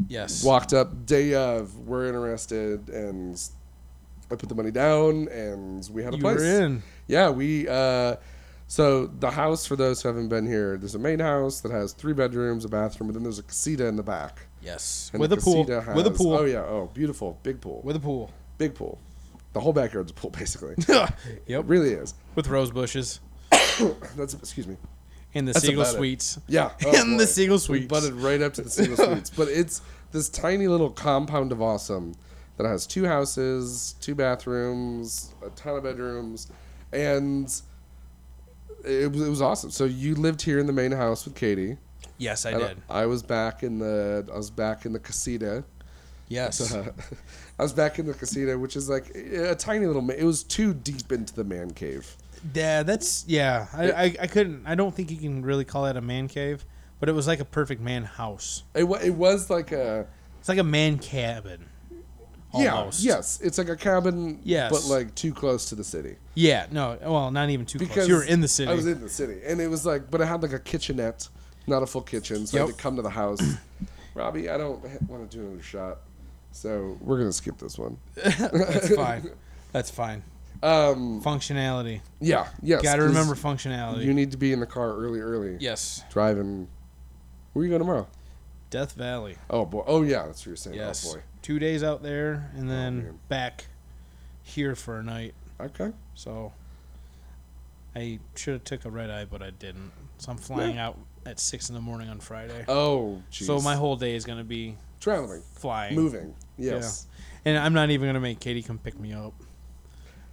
[SPEAKER 2] Yes.
[SPEAKER 1] walked up day of we're interested and i put the money down and we had a
[SPEAKER 2] you
[SPEAKER 1] place
[SPEAKER 2] were in.
[SPEAKER 1] yeah we uh so the house for those who haven't been here there's a main house that has three bedrooms a bathroom and then there's a casita in the back
[SPEAKER 2] Yes.
[SPEAKER 1] and
[SPEAKER 2] With
[SPEAKER 1] the
[SPEAKER 2] a pool.
[SPEAKER 1] casita
[SPEAKER 2] With a
[SPEAKER 1] has-
[SPEAKER 2] pool.
[SPEAKER 1] oh yeah oh beautiful big pool
[SPEAKER 2] With
[SPEAKER 1] [LAUGHS]
[SPEAKER 2] a pool.
[SPEAKER 1] big pool the whole backyard's a pool [LAUGHS] basically
[SPEAKER 2] yep.
[SPEAKER 1] it really is [CLEARS THROAT]
[SPEAKER 2] With rose bushes.
[SPEAKER 1] that's excuse me
[SPEAKER 2] in the
[SPEAKER 1] That's
[SPEAKER 2] Seagull
[SPEAKER 1] about it.
[SPEAKER 2] Suites. [LAUGHS]
[SPEAKER 1] Yeah, Oh,
[SPEAKER 2] in
[SPEAKER 1] boy.
[SPEAKER 2] the Seagull
[SPEAKER 1] We
[SPEAKER 2] Suites.
[SPEAKER 1] butted right up to the Seagull Suites. But it's this tiny little compound of awesome that has two houses, two bathrooms, a ton of bedrooms, and it was, it was awesome. So you lived here in the main house with Katie.
[SPEAKER 2] yes, I
[SPEAKER 1] And
[SPEAKER 2] did.
[SPEAKER 1] I was back in the I was back in the casita.
[SPEAKER 2] Yes.
[SPEAKER 1] [LAUGHS] I was back in the casita, which is like a tiny little. Ma- it was too deep into the man cave.
[SPEAKER 2] Yeah, that's yeah. I, I, I couldn't. I don't think you can really call that a man cave, but it was like a perfect man house.
[SPEAKER 1] It wa- it was like a
[SPEAKER 2] It's like a man cabin. Almost.
[SPEAKER 1] yeah yes. It's like a cabin.
[SPEAKER 2] Yes.
[SPEAKER 1] but like too close to the city.
[SPEAKER 2] Yeah. No. Well, not even too
[SPEAKER 1] because
[SPEAKER 2] close. You were in the city.
[SPEAKER 1] I was in the city, and it was like, but I had like a kitchenette, not a full kitchen, so I had
[SPEAKER 2] Yep.
[SPEAKER 1] to come to the house. [COUGHS] Robbie, I don't want to do another shot, so we're gonna skip this one.
[SPEAKER 2] that's fine. That's fine.
[SPEAKER 1] Um,
[SPEAKER 2] Functionality.
[SPEAKER 1] yeah, yes.
[SPEAKER 2] Got to
[SPEAKER 1] 'cause
[SPEAKER 2] remember functionality.
[SPEAKER 1] you need to be in the car early, early.
[SPEAKER 2] yes.
[SPEAKER 1] Driving. Where are you going tomorrow?
[SPEAKER 2] Death Valley.
[SPEAKER 1] Oh boy. Oh yeah, that's what you're saying.
[SPEAKER 2] Yes.
[SPEAKER 1] Oh boy. Oh,
[SPEAKER 2] Two days out there, and then
[SPEAKER 1] man.
[SPEAKER 2] back here for a night.
[SPEAKER 1] Okay.
[SPEAKER 2] So I should have took a red eye, but I didn't. So I'm flying out at six in the morning on Friday.
[SPEAKER 1] Oh, jeez.
[SPEAKER 2] so my whole day is gonna be
[SPEAKER 1] traveling,
[SPEAKER 2] flying,
[SPEAKER 1] moving. Yes.
[SPEAKER 2] and I'm not even gonna make Katie come pick me up.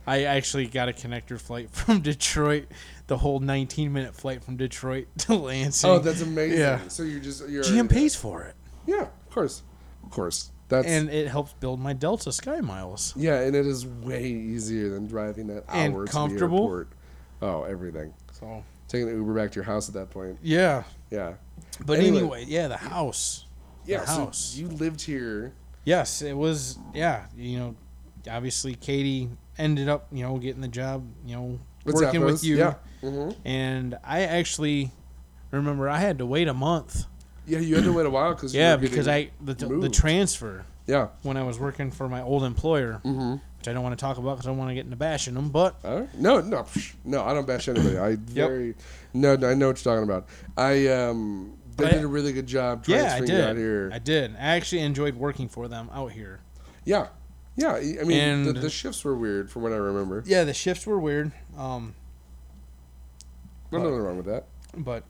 [SPEAKER 2] I actually got a connector flight [LAUGHS] from Detroit, the whole 19 minute flight from Detroit [LAUGHS] to Lansing.
[SPEAKER 1] Oh, that's amazing.
[SPEAKER 2] Yeah.
[SPEAKER 1] So you're just you're
[SPEAKER 2] GM pays for it,
[SPEAKER 1] Yeah, of course, of course. That's
[SPEAKER 2] and it helps build my Delta Sky Miles.
[SPEAKER 1] Yeah, and it is way easier than driving that hour
[SPEAKER 2] And comfortable.
[SPEAKER 1] to the airport. Oh, everything.
[SPEAKER 2] So
[SPEAKER 1] Taking an Uber back to your house at that point.
[SPEAKER 2] yeah,
[SPEAKER 1] Yeah.
[SPEAKER 2] but
[SPEAKER 1] Anyway.
[SPEAKER 2] anyway, yeah, the house.
[SPEAKER 1] Yeah. So
[SPEAKER 2] house.
[SPEAKER 1] you lived here.
[SPEAKER 2] Yes, it was. Yeah, you know, obviously Katie ended up, you know, getting the job, you know,
[SPEAKER 1] What's
[SPEAKER 2] working
[SPEAKER 1] up,
[SPEAKER 2] with
[SPEAKER 1] Rose?
[SPEAKER 2] you.
[SPEAKER 1] Yeah. hmm
[SPEAKER 2] And I actually remember I had to wait a month.
[SPEAKER 1] Yeah, you had to wait a while because
[SPEAKER 2] Yeah, because I the, the
[SPEAKER 1] moved.
[SPEAKER 2] transfer
[SPEAKER 1] yeah.
[SPEAKER 2] when I was working for my old employer,
[SPEAKER 1] Mm-hmm.
[SPEAKER 2] which I don't want to talk about because I don't want to get into bashing them. But
[SPEAKER 1] All right. No, no, psh, no. I don't bash anybody. I very no, no. I know what you're talking about. I um, they
[SPEAKER 2] But-
[SPEAKER 1] did a really good job
[SPEAKER 2] yeah, I
[SPEAKER 1] transferring you out
[SPEAKER 2] did.
[SPEAKER 1] here.
[SPEAKER 2] I did. I actually enjoyed working for them out here.
[SPEAKER 1] yeah, yeah. I mean, the,
[SPEAKER 2] And-
[SPEAKER 1] the shifts were weird from what I remember.
[SPEAKER 2] Yeah, the shifts were weird. Um,
[SPEAKER 1] There's nothing wrong with that.
[SPEAKER 2] but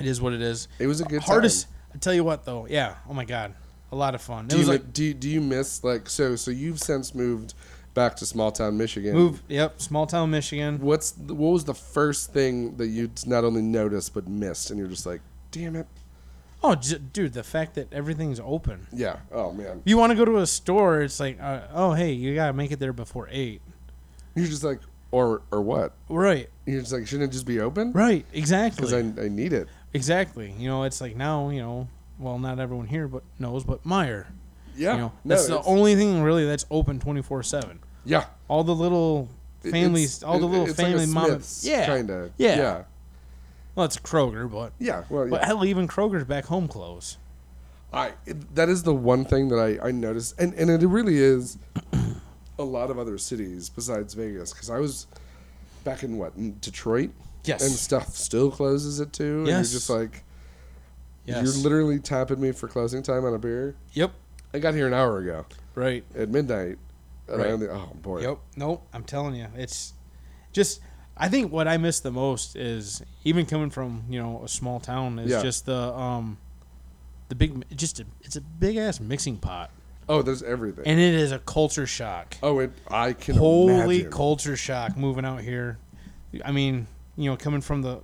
[SPEAKER 2] it is what it is.
[SPEAKER 1] It was a good time.
[SPEAKER 2] Hardest. I tell you what, though. Yeah. Oh my God. A lot of fun. It
[SPEAKER 1] Do you
[SPEAKER 2] was
[SPEAKER 1] mi-
[SPEAKER 2] like
[SPEAKER 1] do you- do you miss like so so you've since moved back to small town Michigan.
[SPEAKER 2] Move. Yep. Small town Michigan.
[SPEAKER 1] What's th- what was the first thing that you not only noticed but missed, and you're just like, damn it,
[SPEAKER 2] Oh, j- dude, the fact that everything's open.
[SPEAKER 1] yeah, oh man,
[SPEAKER 2] If you want to go to a store, it's like, uh, oh hey, you gotta make it there before eight.
[SPEAKER 1] you're just like, or or what?
[SPEAKER 2] Right.
[SPEAKER 1] You're just like, shouldn't it just be open?
[SPEAKER 2] Right.
[SPEAKER 1] Because
[SPEAKER 2] Exactly.
[SPEAKER 1] I I need it.
[SPEAKER 2] exactly. You know, it's like now, you know, well, not everyone here, but knows, but Meyer.
[SPEAKER 1] Yeah,
[SPEAKER 2] You know,
[SPEAKER 1] no,
[SPEAKER 2] that's
[SPEAKER 1] it's-
[SPEAKER 2] the only thing really that's open twenty four seven.
[SPEAKER 1] yeah.
[SPEAKER 2] All the little
[SPEAKER 1] It-
[SPEAKER 2] families,
[SPEAKER 1] it's-
[SPEAKER 2] all the
[SPEAKER 1] it-
[SPEAKER 2] little
[SPEAKER 1] it's like a
[SPEAKER 2] family mom. and-
[SPEAKER 1] Smith's
[SPEAKER 2] Yeah.
[SPEAKER 1] kinda.
[SPEAKER 2] Yeah.
[SPEAKER 1] yeah,
[SPEAKER 2] Well, it's Kroger, but
[SPEAKER 1] yeah. Well,
[SPEAKER 2] but
[SPEAKER 1] yeah.
[SPEAKER 2] hell, even Kroger's back home close.
[SPEAKER 1] I it- that is the one thing that I I noticed, and and it really is a lot of other cities besides Vegas. Because I was back in what in Detroit,
[SPEAKER 2] Yes.
[SPEAKER 1] and stuff still closes at two. And
[SPEAKER 2] Yes.
[SPEAKER 1] you're just like
[SPEAKER 2] Yes.
[SPEAKER 1] you're literally tapping me for closing time on a beer.
[SPEAKER 2] yep.
[SPEAKER 1] I got here an hour ago
[SPEAKER 2] Right.
[SPEAKER 1] at midnight. And I
[SPEAKER 2] Right.
[SPEAKER 1] only, oh boy,
[SPEAKER 2] Yep. Nope. I'm telling you, it's just. I think what I miss the most is even coming from you know a small town is
[SPEAKER 1] Yeah.
[SPEAKER 2] just the um, the big just a, it's a big ass mixing pot,
[SPEAKER 1] oh there's everything.
[SPEAKER 2] and it is a culture shock.
[SPEAKER 1] oh, it I can
[SPEAKER 2] Holy
[SPEAKER 1] imagine.
[SPEAKER 2] culture shock moving out here. I mean, you know, coming from the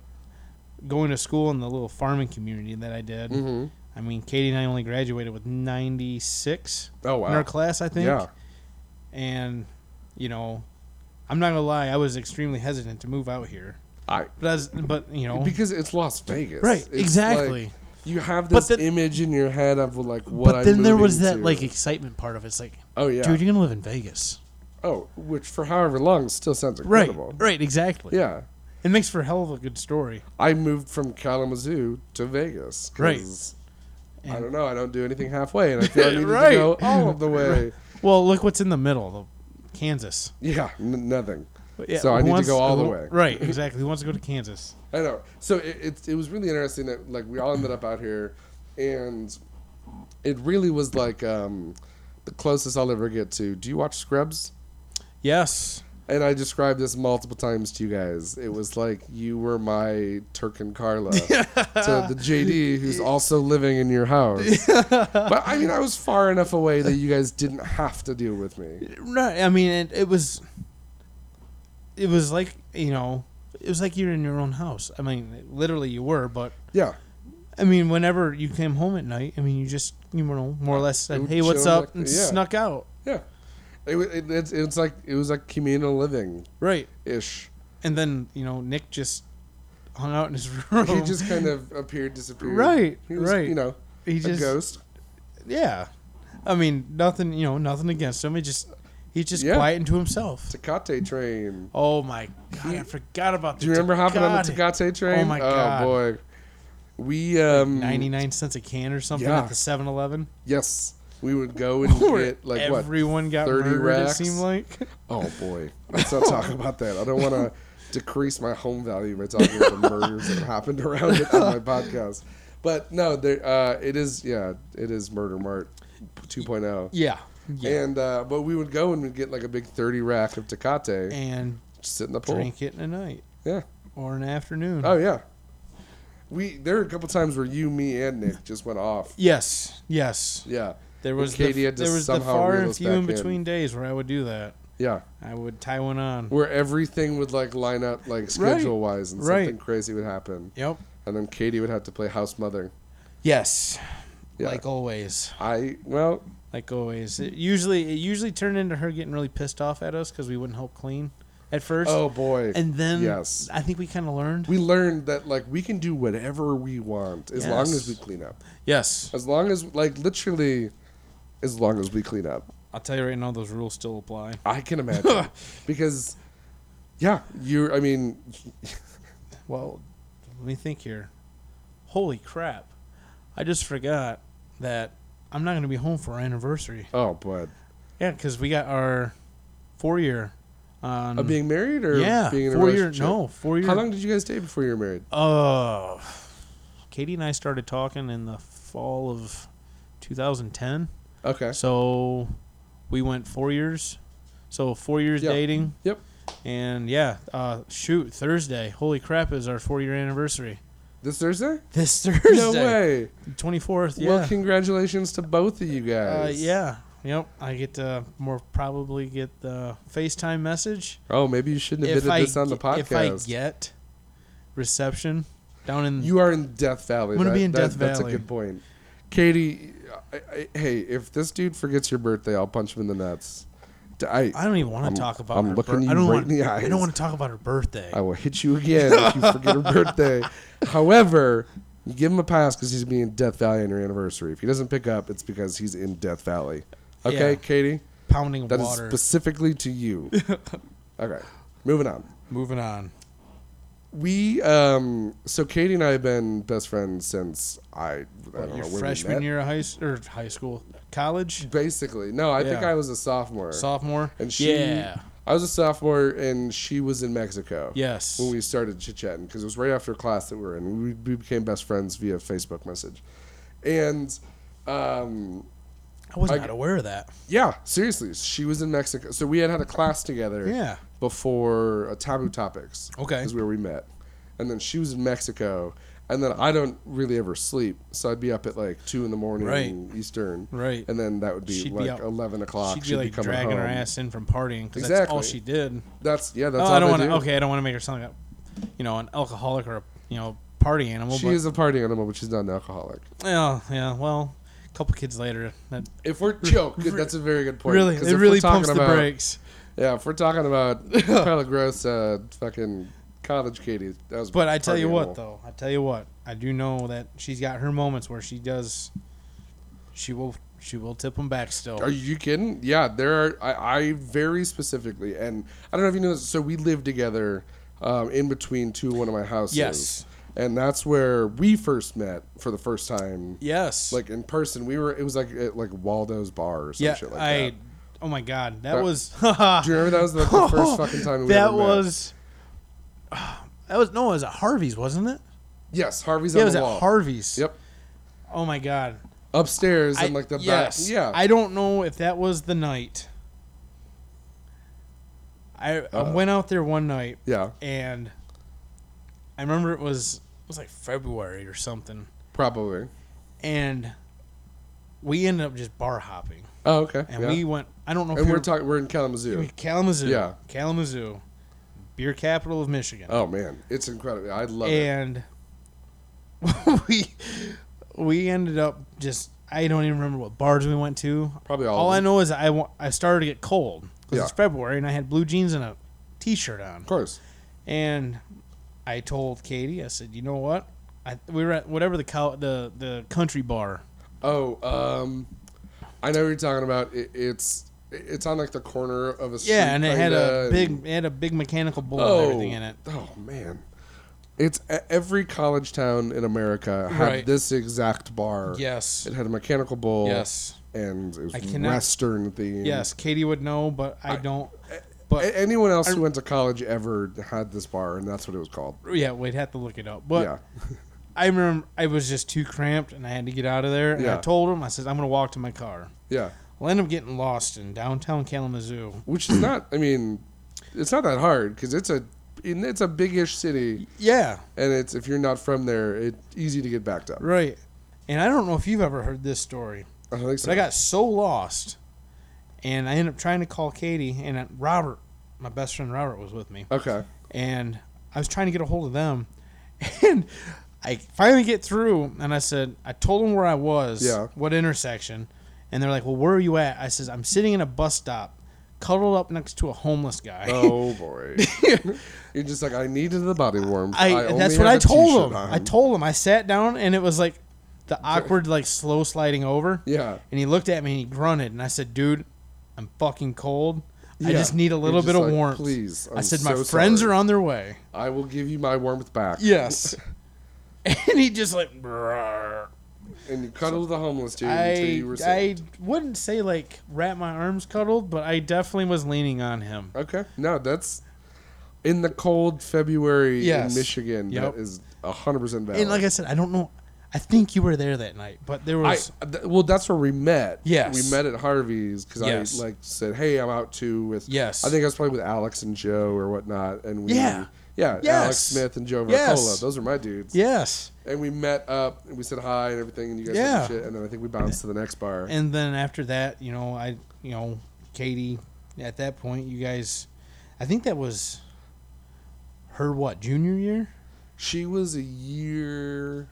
[SPEAKER 2] going to school in the little farming community that I did.
[SPEAKER 1] Mhm.
[SPEAKER 2] I mean, Katie and I only graduated with ninety six
[SPEAKER 1] Oh wow,
[SPEAKER 2] in our class, I think
[SPEAKER 1] yeah,
[SPEAKER 2] and you know, I'm not gonna lie, I was extremely hesitant to move out here.
[SPEAKER 1] I
[SPEAKER 2] But as but you know,
[SPEAKER 1] because it's Las Vegas,
[SPEAKER 2] right,
[SPEAKER 1] It's
[SPEAKER 2] exactly.
[SPEAKER 1] like, you have
[SPEAKER 2] But
[SPEAKER 1] this
[SPEAKER 2] then-
[SPEAKER 1] image in your head of like what.
[SPEAKER 2] but
[SPEAKER 1] I'm
[SPEAKER 2] then there was
[SPEAKER 1] moving
[SPEAKER 2] that
[SPEAKER 1] to.
[SPEAKER 2] like excitement part of it. It's like,
[SPEAKER 1] oh yeah,
[SPEAKER 2] dude, you're gonna live in Vegas,
[SPEAKER 1] Oh, which for however long still sounds
[SPEAKER 2] right?
[SPEAKER 1] incredible.
[SPEAKER 2] Right, exactly.
[SPEAKER 1] Yeah.
[SPEAKER 2] it makes for a hell of a good story.
[SPEAKER 1] I moved from Kalamazoo to Vegas. 'cause I
[SPEAKER 2] And-
[SPEAKER 1] don't know. I don't do anything halfway, and I
[SPEAKER 2] [LAUGHS]
[SPEAKER 1] feel I need
[SPEAKER 2] Right.
[SPEAKER 1] to go all of the way.
[SPEAKER 2] Well, look what's in the middle, the, Kansas.
[SPEAKER 1] Yeah, n- nothing.
[SPEAKER 2] Yeah,
[SPEAKER 1] So I
[SPEAKER 2] who
[SPEAKER 1] need to
[SPEAKER 2] wants-
[SPEAKER 1] go all the
[SPEAKER 2] who-
[SPEAKER 1] way.
[SPEAKER 2] Right, exactly. Who wants to go to Kansas?
[SPEAKER 1] I know. So it, it it was really interesting that like we all ended up out here, and it really was like um, the closest I'll ever get to. Do you watch Scrubs?
[SPEAKER 2] [LAUGHS] Yes.
[SPEAKER 1] and I described this multiple times to you guys. It was like you were my Turk and
[SPEAKER 2] [LAUGHS]
[SPEAKER 1] Carla to the JD who's also living in your
[SPEAKER 2] [LAUGHS]
[SPEAKER 1] house. but I mean, I was far enough away that you guys didn't have to deal with me.
[SPEAKER 2] No, I mean it, it was. It was like you know, it was like you're in your own house. I mean, literally you were, but
[SPEAKER 1] Yeah,
[SPEAKER 2] I mean, whenever you came home at night, I mean, you just you know more or less said,
[SPEAKER 1] would
[SPEAKER 2] "Hey, what's
[SPEAKER 1] chill
[SPEAKER 2] up?"
[SPEAKER 1] like-
[SPEAKER 2] and
[SPEAKER 1] yeah.
[SPEAKER 2] snuck out.
[SPEAKER 1] yeah. It, wa- it, it's, it's like it was like communal living
[SPEAKER 2] Right,
[SPEAKER 1] ish.
[SPEAKER 2] and then you know Nick just hung out in his [LAUGHS] room.
[SPEAKER 1] He just kind of appeared, disappeared.
[SPEAKER 2] Oh. Right,
[SPEAKER 1] He was,
[SPEAKER 2] right.
[SPEAKER 1] You know,
[SPEAKER 2] he
[SPEAKER 1] a ghost.
[SPEAKER 2] yeah. I mean, nothing you know, nothing against him. He just he just
[SPEAKER 1] Yeah.
[SPEAKER 2] quiet into himself.
[SPEAKER 1] Takate train.
[SPEAKER 2] Oh my god, I forgot about.
[SPEAKER 1] Do you remember hopping on the Takate train?
[SPEAKER 2] Oh my God.
[SPEAKER 1] Oh boy. We um
[SPEAKER 2] Ninety nine cents a can or something
[SPEAKER 1] Yeah.
[SPEAKER 2] at the 7-Eleven.
[SPEAKER 1] yes, we would
[SPEAKER 2] [LAUGHS]
[SPEAKER 1] go and
[SPEAKER 2] Where
[SPEAKER 1] get like what?
[SPEAKER 2] everyone got
[SPEAKER 1] 30
[SPEAKER 2] murdered.
[SPEAKER 1] racks?
[SPEAKER 2] It seemed like. [LAUGHS]
[SPEAKER 1] Oh boy. Let's not talk about that. I don't want to decrease my home value by talking about the murders that happened around it on my podcast. But no, there uh it is yeah, it is Murder Mart 2.0.
[SPEAKER 2] Yeah. Yeah.
[SPEAKER 1] And uh but we would go and we'd get like a big 30 rack of Takate,
[SPEAKER 2] And,
[SPEAKER 1] sit in the pool.
[SPEAKER 2] drink it in a night
[SPEAKER 1] Yeah.
[SPEAKER 2] or an afternoon.
[SPEAKER 1] Oh yeah. We there were a couple times where you, me, and Nick just went off.
[SPEAKER 2] Yes. Yes.
[SPEAKER 1] Yeah,
[SPEAKER 2] There
[SPEAKER 1] When
[SPEAKER 2] was
[SPEAKER 1] Katie
[SPEAKER 2] the,
[SPEAKER 1] had to
[SPEAKER 2] there was the
[SPEAKER 1] somehow
[SPEAKER 2] far
[SPEAKER 1] reel
[SPEAKER 2] and
[SPEAKER 1] us
[SPEAKER 2] few
[SPEAKER 1] back
[SPEAKER 2] in between days where I would do that.
[SPEAKER 1] yeah.
[SPEAKER 2] I would tie one on.
[SPEAKER 1] Where everything would like line up like schedule wise, and
[SPEAKER 2] Right.
[SPEAKER 1] something crazy would happen,
[SPEAKER 2] Yep.
[SPEAKER 1] and then Katie would have to play house mother.
[SPEAKER 2] Yes.
[SPEAKER 1] Yeah.
[SPEAKER 2] Like always.
[SPEAKER 1] I well,
[SPEAKER 2] Like always. It usually it usually turned into her getting really pissed off at us because we wouldn't help clean at first.
[SPEAKER 1] oh boy,
[SPEAKER 2] and then
[SPEAKER 1] yes.
[SPEAKER 2] I think we kind of learned.
[SPEAKER 1] we learned that like we can do whatever we want as long
[SPEAKER 2] Yes.
[SPEAKER 1] as we clean up,
[SPEAKER 2] yes.
[SPEAKER 1] as long as like literally, as long as we clean up.
[SPEAKER 2] I'll tell you right now, those rules still apply.
[SPEAKER 1] I can imagine
[SPEAKER 2] [LAUGHS]
[SPEAKER 1] because, yeah, you. I mean,
[SPEAKER 2] Well, let me think here. Holy crap. I just forgot that I'm not going to be home for our anniversary.
[SPEAKER 1] oh, but
[SPEAKER 2] Yeah, because we got our four year on.
[SPEAKER 1] of being married or
[SPEAKER 2] Mm. yeah,
[SPEAKER 1] being in a
[SPEAKER 2] four year.
[SPEAKER 1] relationship?
[SPEAKER 2] No, four year.
[SPEAKER 1] How long did you guys date before you were married?
[SPEAKER 2] Oh. Katie and I started talking in the fall of 2010.
[SPEAKER 1] Okay.
[SPEAKER 2] So we went four years. So four years
[SPEAKER 1] Yeah.
[SPEAKER 2] dating.
[SPEAKER 1] Yep.
[SPEAKER 2] And yeah, uh, shoot, Thursday. Holy crap, is our four year anniversary.
[SPEAKER 1] This Thursday?
[SPEAKER 2] [LAUGHS] This Thursday.
[SPEAKER 1] No way.
[SPEAKER 2] 24th, yeah.
[SPEAKER 1] Well, congratulations to both of you
[SPEAKER 2] Uh,
[SPEAKER 1] guys.
[SPEAKER 2] yeah. Yep. I get to more probably get the FaceTime message.
[SPEAKER 1] Oh, maybe you shouldn't have admitted this on the
[SPEAKER 2] ge- if I
[SPEAKER 1] podcast.
[SPEAKER 2] get reception down in
[SPEAKER 1] you are in Death Valley.
[SPEAKER 2] Hmm. I'm gonna
[SPEAKER 1] That-
[SPEAKER 2] be in
[SPEAKER 1] that-
[SPEAKER 2] Death
[SPEAKER 1] That's a
[SPEAKER 2] Valley.
[SPEAKER 1] good point. Katie, I, I, hey, if this dude forgets your birthday, I'll punch him in the nuts. D- I,
[SPEAKER 2] I don't even want
[SPEAKER 1] I'm-
[SPEAKER 2] to talk about
[SPEAKER 1] I'm
[SPEAKER 2] her
[SPEAKER 1] looking
[SPEAKER 2] birth-
[SPEAKER 1] you
[SPEAKER 2] I don't
[SPEAKER 1] right
[SPEAKER 2] want
[SPEAKER 1] in the
[SPEAKER 2] I
[SPEAKER 1] eyes.
[SPEAKER 2] don't want to talk about her birthday.
[SPEAKER 1] I will hit you again if you forget her
[SPEAKER 2] [LAUGHS]
[SPEAKER 1] birthday. However, you give him a pass because he's being in Death Valley on your anniversary. If he doesn't pick up, it's because he's in Death Valley. Okay,
[SPEAKER 2] Yeah.
[SPEAKER 1] Katie?
[SPEAKER 2] Pounding
[SPEAKER 1] That is
[SPEAKER 2] water.
[SPEAKER 1] specifically to you.
[SPEAKER 2] [LAUGHS]
[SPEAKER 1] okay, moving on.
[SPEAKER 2] Moving on.
[SPEAKER 1] We um so Katie and I have been best friends since I, I don't
[SPEAKER 2] Your
[SPEAKER 1] know when
[SPEAKER 2] freshman
[SPEAKER 1] we met.
[SPEAKER 2] year of high s- or high school, college,
[SPEAKER 1] Basically, no, I think
[SPEAKER 2] Yeah.
[SPEAKER 1] I was a sophomore.
[SPEAKER 2] sophomore.
[SPEAKER 1] and she,
[SPEAKER 2] yeah.
[SPEAKER 1] I was a sophomore, and she was in Mexico.
[SPEAKER 2] Yes.
[SPEAKER 1] when we started chit chatting because it was right after a class that we were in. We, we became best friends via Facebook message, and um,
[SPEAKER 2] I was
[SPEAKER 1] I-
[SPEAKER 2] not aware of that.
[SPEAKER 1] yeah, seriously, she was in Mexico. So we had had a class together.
[SPEAKER 2] Yeah.
[SPEAKER 1] before uh, Taboo Topics.
[SPEAKER 2] Okay.
[SPEAKER 1] Is where we met. And then she was in Mexico. And then I don't really ever sleep. So I'd be up at like 2 in the morning
[SPEAKER 2] Right.
[SPEAKER 1] Eastern.
[SPEAKER 2] Right.
[SPEAKER 1] And then that would be
[SPEAKER 2] She'd be
[SPEAKER 1] like
[SPEAKER 2] out-
[SPEAKER 1] 11 o'clock.
[SPEAKER 2] She'd be like
[SPEAKER 1] coming
[SPEAKER 2] dragging her
[SPEAKER 1] home.
[SPEAKER 2] ass in from partying because that's all
[SPEAKER 1] Exactly.
[SPEAKER 2] she did.
[SPEAKER 1] That's, yeah, that's
[SPEAKER 2] oh,
[SPEAKER 1] all
[SPEAKER 2] I don't want
[SPEAKER 1] they
[SPEAKER 2] to.
[SPEAKER 1] do.
[SPEAKER 2] Okay, I don't want to make her sound like, a, you know, an alcoholic or a, you know, party animal.
[SPEAKER 1] She
[SPEAKER 2] but
[SPEAKER 1] is a party animal, but she's not an alcoholic.
[SPEAKER 2] yeah, yeah. Well, a couple kids later, that
[SPEAKER 1] If
[SPEAKER 2] [LAUGHS]
[SPEAKER 1] we're joke, that's a very good point.
[SPEAKER 2] really,
[SPEAKER 1] 'Cause
[SPEAKER 2] it
[SPEAKER 1] if we're
[SPEAKER 2] really
[SPEAKER 1] talking
[SPEAKER 2] pumps the
[SPEAKER 1] about-
[SPEAKER 2] brakes.
[SPEAKER 1] Yeah, if we're talking about
[SPEAKER 2] [LAUGHS]
[SPEAKER 1] Carla Gross, uh, fucking college Katie, that was.
[SPEAKER 2] But I tell
[SPEAKER 1] party
[SPEAKER 2] you what,
[SPEAKER 1] animal.
[SPEAKER 2] though, I tell you what, I do know that she's got her moments where she does. She will. She will tip them back still.
[SPEAKER 1] Are you kidding? Yeah, there are. I, I very specifically, and I don't know if you know. This, so we lived together um, in between two one of my houses.
[SPEAKER 2] Yes.
[SPEAKER 1] and that's where we first met for the first time,
[SPEAKER 2] yes.
[SPEAKER 1] like in person. We were. It was like at like Waldo's bar or some
[SPEAKER 2] yeah.
[SPEAKER 1] shit like
[SPEAKER 2] I.
[SPEAKER 1] that.
[SPEAKER 2] Oh my God, that
[SPEAKER 1] That-
[SPEAKER 2] was. [LAUGHS]
[SPEAKER 1] Do you remember that was like the first fucking time we
[SPEAKER 2] that
[SPEAKER 1] ever met?
[SPEAKER 2] was. [SIGHS] That was no, it was at Harvey's, wasn't it?
[SPEAKER 1] Yes, Harvey's
[SPEAKER 2] Yeah, it
[SPEAKER 1] on
[SPEAKER 2] was
[SPEAKER 1] the
[SPEAKER 2] at
[SPEAKER 1] wall.
[SPEAKER 2] Harvey's.
[SPEAKER 1] Yep,
[SPEAKER 2] Oh my God.
[SPEAKER 1] upstairs
[SPEAKER 2] I-
[SPEAKER 1] and like the
[SPEAKER 2] yes.
[SPEAKER 1] back. Yeah,
[SPEAKER 2] I don't know if that was the night. I, I
[SPEAKER 1] Uh-oh.
[SPEAKER 2] went out there one night
[SPEAKER 1] Yeah,
[SPEAKER 2] and I remember it was it was like February or something,
[SPEAKER 1] probably.
[SPEAKER 2] and we ended up just bar hopping,
[SPEAKER 1] Oh, okay.
[SPEAKER 2] and
[SPEAKER 1] yeah.
[SPEAKER 2] we went. I don't know if
[SPEAKER 1] and
[SPEAKER 2] we
[SPEAKER 1] we're
[SPEAKER 2] were
[SPEAKER 1] talking. We're in Kalamazoo.
[SPEAKER 2] Kalamazoo,
[SPEAKER 1] Yeah.
[SPEAKER 2] Kalamazoo, beer capital of Michigan,
[SPEAKER 1] Oh man, it's incredible. I love it.
[SPEAKER 2] and [LAUGHS] we we ended up just. I don't even remember what bars we went to.
[SPEAKER 1] Probably all.
[SPEAKER 2] All
[SPEAKER 1] of
[SPEAKER 2] I
[SPEAKER 1] them.
[SPEAKER 2] know is I, wa- I started to get cold because
[SPEAKER 1] Yeah.
[SPEAKER 2] it's February and I had blue jeans and a t-shirt on.
[SPEAKER 1] Of course.
[SPEAKER 2] And I told Katie, I said, you know what? I, we were at whatever the cow, the the country bar.
[SPEAKER 1] Oh, um, I know what you're talking about. It, it's it's on like the corner of a street
[SPEAKER 2] Yeah, and it had
[SPEAKER 1] kinda,
[SPEAKER 2] a
[SPEAKER 1] and-
[SPEAKER 2] big uh, it had a big mechanical bull
[SPEAKER 1] oh,
[SPEAKER 2] and everything in it.
[SPEAKER 1] Oh man, it's e- every college town in America had
[SPEAKER 2] Right.
[SPEAKER 1] this exact bar.
[SPEAKER 2] Yes.
[SPEAKER 1] It had a mechanical bull.
[SPEAKER 2] Yes.
[SPEAKER 1] and it was
[SPEAKER 2] I cannot-
[SPEAKER 1] Western themed.
[SPEAKER 2] Yes, Katie would know, but I, don't.
[SPEAKER 1] A-
[SPEAKER 2] But
[SPEAKER 1] anyone else who went to college ever had this bar, and that's what it was called.
[SPEAKER 2] yeah, we'd have to look it up. But
[SPEAKER 1] yeah,
[SPEAKER 2] I remember I was just too cramped and I had to get out of there. And
[SPEAKER 1] Yeah.
[SPEAKER 2] I told him, I said, I'm going to walk to my car.
[SPEAKER 1] yeah.
[SPEAKER 2] Well, I ended up getting lost in downtown Kalamazoo.
[SPEAKER 1] Which is not. I mean, it's not that hard because it's a and it's a big-ish city,
[SPEAKER 2] Yeah,
[SPEAKER 1] and it's if you're not from there, it's easy to get backed up.
[SPEAKER 2] right. And I don't know if you've ever heard this story,
[SPEAKER 1] I don't think so.
[SPEAKER 2] but I got so lost, and I ended up trying to call Katie, and uh, Robert, my best friend Robert, was with me, [LAUGHS]
[SPEAKER 1] Okay.
[SPEAKER 2] and I was trying to get a hold of them, [LAUGHS] and I finally get through, and I said, I told them where I was,
[SPEAKER 1] Yeah.
[SPEAKER 2] what intersection, and they're like, well, where are you at? I says, I'm sitting in a bus stop, cuddled up next to a homeless guy.
[SPEAKER 1] Oh boy. You're just like I needed the body warmth.
[SPEAKER 2] [LAUGHS] I,
[SPEAKER 1] only
[SPEAKER 2] that's what
[SPEAKER 1] had
[SPEAKER 2] I
[SPEAKER 1] a
[SPEAKER 2] told
[SPEAKER 1] t-shirt
[SPEAKER 2] him.
[SPEAKER 1] on."
[SPEAKER 2] I told him. I sat down and it was like the awkward, like slow sliding over.
[SPEAKER 1] Yeah.
[SPEAKER 2] And he looked at me and he grunted and I said, "Dude, I'm fucking cold.
[SPEAKER 1] Yeah.
[SPEAKER 2] I just need a
[SPEAKER 1] You're
[SPEAKER 2] little
[SPEAKER 1] just
[SPEAKER 2] bit of
[SPEAKER 1] like,
[SPEAKER 2] warmth."
[SPEAKER 1] Please.
[SPEAKER 2] I said, "My friends are on their way."
[SPEAKER 1] I will give you my warmth back. [LAUGHS]
[SPEAKER 2] Yes. [LAUGHS] and he just like, "Brrr."
[SPEAKER 1] and you cuddle the homeless dude until
[SPEAKER 2] I
[SPEAKER 1] you were
[SPEAKER 2] I
[SPEAKER 1] saved.
[SPEAKER 2] wouldn't say like wrap my arms cuddled, but I definitely was leaning on him.
[SPEAKER 1] Okay. No, that's in the cold February
[SPEAKER 2] Yes.
[SPEAKER 1] in Michigan.
[SPEAKER 2] Yep.
[SPEAKER 1] That is hundred percent valid.
[SPEAKER 2] And like I said, I don't know. I think you were there that night, but there
[SPEAKER 1] I,
[SPEAKER 2] was
[SPEAKER 1] th- well, that's where we met.
[SPEAKER 2] Yes.
[SPEAKER 1] we met at Harvey's because
[SPEAKER 2] Yes.
[SPEAKER 1] I like said, "Hey, I'm out too." With
[SPEAKER 2] Yes.
[SPEAKER 1] I think I was probably with Alex and Joe or whatnot, and we
[SPEAKER 2] Yeah.
[SPEAKER 1] yeah,
[SPEAKER 2] Yes.
[SPEAKER 1] Alex Smith and Joe Vercola.
[SPEAKER 2] Yes.
[SPEAKER 1] Those are my dudes.
[SPEAKER 2] yes.
[SPEAKER 1] and we met up and we said hi and everything, and you guys
[SPEAKER 2] Yeah.
[SPEAKER 1] had the shit, and then I think we bounced to the next bar.
[SPEAKER 2] and then after that, you know, I, you know, Katie, at that point, you guys, I think that was her what junior year?
[SPEAKER 1] she was a year.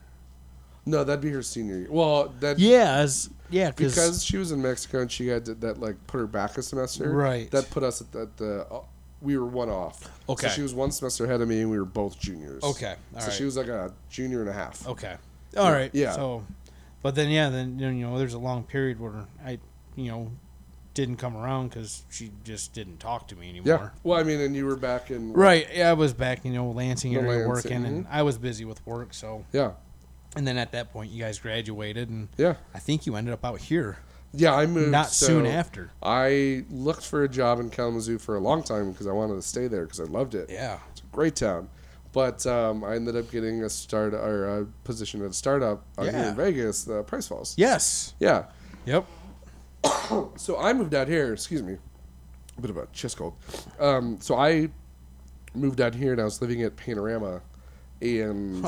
[SPEAKER 1] No, that'd be her senior year. Well, that
[SPEAKER 2] Yeah, as, yeah,
[SPEAKER 1] because she was in Mexico and she had to, that like put her back a semester.
[SPEAKER 2] Right.
[SPEAKER 1] That put us at the, at the uh, we were one off.
[SPEAKER 2] Okay.
[SPEAKER 1] So she was one semester ahead of me, and we were both juniors.
[SPEAKER 2] okay, all
[SPEAKER 1] so
[SPEAKER 2] right,
[SPEAKER 1] she was like a junior and a half.
[SPEAKER 2] okay, all right,
[SPEAKER 1] Yeah.
[SPEAKER 2] So, but then yeah, then you know, there's a long period where I, you know, didn't come around because she just didn't talk to me
[SPEAKER 1] Yeah.
[SPEAKER 2] anymore.
[SPEAKER 1] Well, I mean, and you were back in.
[SPEAKER 2] Right, yeah, I was back, you know, Lansing
[SPEAKER 1] The
[SPEAKER 2] area
[SPEAKER 1] Lansing, mm-hmm.
[SPEAKER 2] working, and I was busy with work. So,
[SPEAKER 1] Yeah.
[SPEAKER 2] and then at that point, you guys graduated, and
[SPEAKER 1] Yeah.
[SPEAKER 2] I think you ended up out here.
[SPEAKER 1] Yeah. I moved.
[SPEAKER 2] not
[SPEAKER 1] so
[SPEAKER 2] soon after.
[SPEAKER 1] I looked for a job in Kalamazoo for a long time because I wanted to stay there because I loved it.
[SPEAKER 2] Yeah.
[SPEAKER 1] It's a great town. But um, I ended up getting a start or a position at a startup out here
[SPEAKER 2] Yeah.
[SPEAKER 1] in Vegas, uh, Price Falls.
[SPEAKER 2] Yes.
[SPEAKER 1] Yeah.
[SPEAKER 2] Yep.
[SPEAKER 1] [COUGHS] So I moved out here. Excuse me, a bit of a chest cold. Um, so I moved out here, and I was living at Panorama, and